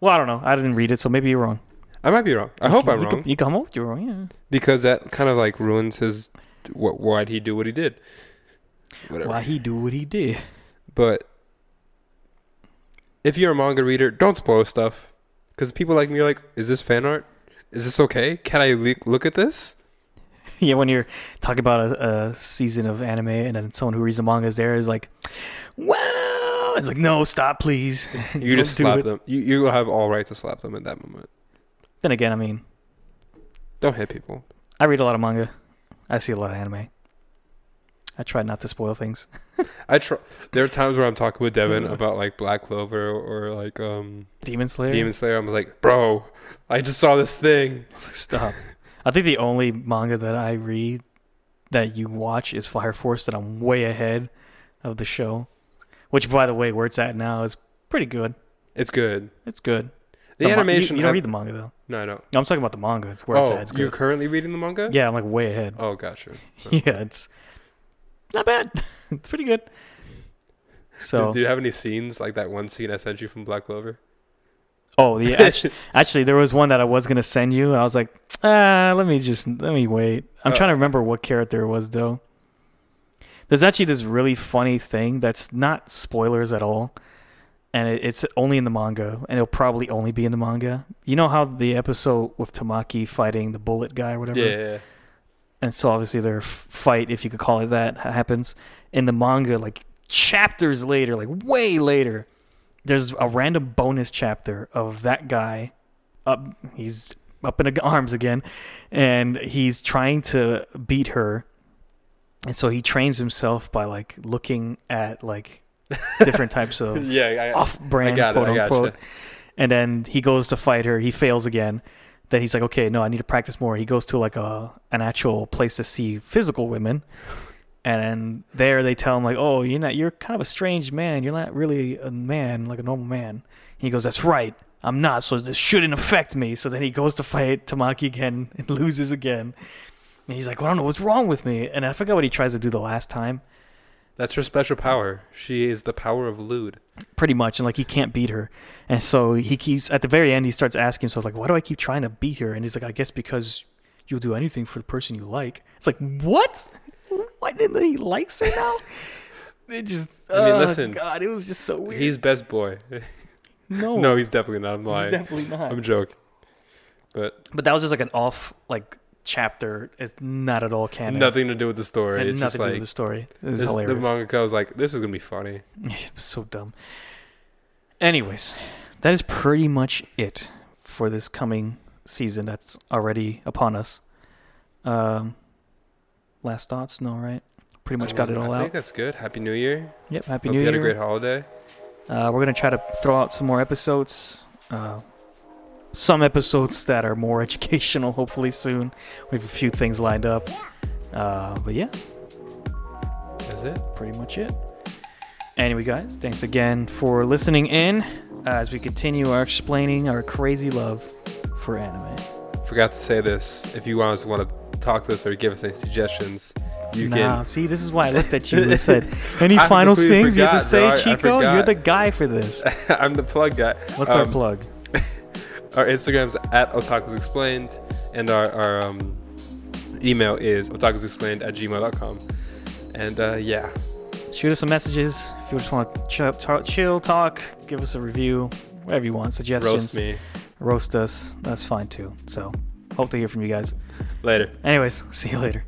[SPEAKER 1] well, I don't know. I didn't read it, so maybe you're wrong.
[SPEAKER 2] I might be wrong. I hope I'm
[SPEAKER 1] you
[SPEAKER 2] wrong
[SPEAKER 1] Could, you come up, you're wrong. Yeah.
[SPEAKER 2] because that kind of like ruins his. What? Why'd he do what he did? Whatever.
[SPEAKER 1] Why he do what he did? [LAUGHS]
[SPEAKER 2] But if you're a manga reader, don't spoil stuff because people like me are like, "Is this fan art? Is this okay? Can I le- look
[SPEAKER 1] [LAUGHS]
[SPEAKER 2] at this?"
[SPEAKER 1] yeah, when you're talking about a, a season of anime, and then someone who reads the manga is there is like, wow. It's like no, stop, please. [LAUGHS]
[SPEAKER 2] You
[SPEAKER 1] Don't
[SPEAKER 2] just
[SPEAKER 1] do
[SPEAKER 2] slap
[SPEAKER 1] it.
[SPEAKER 2] them. You you have all right to slap them at that moment.
[SPEAKER 1] Then again, I mean,
[SPEAKER 2] Don't hit people.
[SPEAKER 1] I read a lot of manga. I see a lot of anime. I try not to spoil things.
[SPEAKER 2] I try. There are times where I'm talking with Devin about like Black Clover or like um
[SPEAKER 1] Demon Slayer.
[SPEAKER 2] Demon Slayer. I'm like, bro, I just saw this thing. [LAUGHS]
[SPEAKER 1] Stop. I think the only manga that I read that you watch is Fire Force, that I'm way ahead of the show. Which, by the way, where it's at now is pretty good.
[SPEAKER 2] It's good.
[SPEAKER 1] It's good.
[SPEAKER 2] The,
[SPEAKER 1] ma- you-
[SPEAKER 2] animation.
[SPEAKER 1] You, don't
[SPEAKER 2] I-
[SPEAKER 1] read the manga though.
[SPEAKER 2] no, no.
[SPEAKER 1] No, I'm talking about the manga. It's where it's
[SPEAKER 2] Oh,
[SPEAKER 1] at. It's
[SPEAKER 2] you're
[SPEAKER 1] good.
[SPEAKER 2] currently reading the manga?
[SPEAKER 1] Yeah, I'm like way ahead.
[SPEAKER 2] Oh, gotcha.
[SPEAKER 1] [LAUGHS] Yeah, it's not bad. [LAUGHS] it's pretty good. So,
[SPEAKER 2] do, do you have any scenes like that one scene I sent you from Black Clover?
[SPEAKER 1] oh yeah, actually, actually, there was one that I was gonna send you, and I was like, ah, let me just let me wait. I'm
[SPEAKER 2] Oh.
[SPEAKER 1] trying to remember what character it was though. There's actually this really funny thing that's not spoilers at all, and it, it's only in the manga, and it'll probably only be in the manga. You know how the episode with Tamaki fighting the bullet guy or whatever.
[SPEAKER 2] Yeah, yeah, yeah.
[SPEAKER 1] and so obviously their f- fight, if you could call it that, ha- happens in the manga like chapters later, like way later. There's a random bonus chapter of that guy up. He's up in a g- [LAUGHS] arms again, and he's trying to beat her. And so he trains himself by like looking at like [LAUGHS] different types of
[SPEAKER 2] Yeah,
[SPEAKER 1] Oh.
[SPEAKER 2] I,
[SPEAKER 1] off-brand,
[SPEAKER 2] I got it,
[SPEAKER 1] quote
[SPEAKER 2] I gotcha.
[SPEAKER 1] unquote. And then he goes to fight her. He fails again. Then he's like, okay, no, I need to practice more. He goes to like a an actual place to see physical women, and there they tell him like, oh, you're not, you're kind of a strange man. You're not really a man like a normal man. He goes, that's right. I'm not, so this shouldn't affect me. So then he goes to fight Tamaki again [LAUGHS] and loses again. And he's like, well, I don't know what's wrong with me. And I forgot what he tries to do the last time.
[SPEAKER 2] That's her special power. She is the power of lewd.
[SPEAKER 1] pretty much and like he can't beat her and so he keeps at the very end he starts asking himself like why do i keep trying to beat her and he's like i guess because you'll do anything for the person you like it's like what why didn't he likes her [LAUGHS] now it just
[SPEAKER 2] I mean,
[SPEAKER 1] oh,
[SPEAKER 2] listen,
[SPEAKER 1] god it was just so weird
[SPEAKER 2] He's best boy.
[SPEAKER 1] [LAUGHS]
[SPEAKER 2] [LAUGHS]
[SPEAKER 1] no
[SPEAKER 2] no, he's definitely not. I'm
[SPEAKER 1] he's
[SPEAKER 2] lying.
[SPEAKER 1] definitely not
[SPEAKER 2] I'm joking. But
[SPEAKER 1] but that was just like an off like chapter it's not at all canon
[SPEAKER 2] nothing to do with the story.
[SPEAKER 1] had nothing
[SPEAKER 2] It's just
[SPEAKER 1] to do
[SPEAKER 2] like
[SPEAKER 1] with the story it was
[SPEAKER 2] this- the
[SPEAKER 1] hilarious
[SPEAKER 2] manga was like, "This is gonna be funny."
[SPEAKER 1] It was [LAUGHS] so dumb. Anyways, that is pretty much it for this coming season that's already upon us. Um, last thoughts? No, right? Pretty much got it
[SPEAKER 2] Um,
[SPEAKER 1] all
[SPEAKER 2] I
[SPEAKER 1] out.
[SPEAKER 2] think that's good. Happy New Year.
[SPEAKER 1] Yep. Happy
[SPEAKER 2] Hope
[SPEAKER 1] New
[SPEAKER 2] you had a
[SPEAKER 1] Year.
[SPEAKER 2] great holiday.
[SPEAKER 1] Uh, we're gonna try to throw out some more episodes. Uh, some episodes that are more [LAUGHS] educational, hopefully soon. We have a few things lined up. Uh, but yeah,
[SPEAKER 2] That's it.
[SPEAKER 1] pretty much it. Anyway, guys, thanks again for listening in as we continue our explaining our crazy love for anime.
[SPEAKER 2] Forgot to say this. If you guys want to talk to us or give us any suggestions, you
[SPEAKER 1] now,
[SPEAKER 2] can. [LAUGHS]
[SPEAKER 1] see, this is why I looked at you and said, "Any
[SPEAKER 2] I
[SPEAKER 1] final
[SPEAKER 2] completely
[SPEAKER 1] things you have to
[SPEAKER 2] forgot,
[SPEAKER 1] say,
[SPEAKER 2] bro. I-
[SPEAKER 1] Chico?
[SPEAKER 2] I
[SPEAKER 1] You're
[SPEAKER 2] forgot.
[SPEAKER 1] the guy for
[SPEAKER 2] [LAUGHS]
[SPEAKER 1] this."
[SPEAKER 2] I'm the plug guy.
[SPEAKER 1] What's our
[SPEAKER 2] Um,
[SPEAKER 1] plug?
[SPEAKER 2] Our Instagram's at Otakus Explained, and our, our um, email is otakusexplained at gmail.com. And uh, yeah,
[SPEAKER 1] Shoot us some messages if you just want to chill, ta- chill talk. Give us a review, whatever you want. Suggestions,
[SPEAKER 2] roast me
[SPEAKER 1] roast us. That's fine too. So, hope to hear from you guys.
[SPEAKER 2] later.
[SPEAKER 1] Anyways, [LAUGHS] see you later.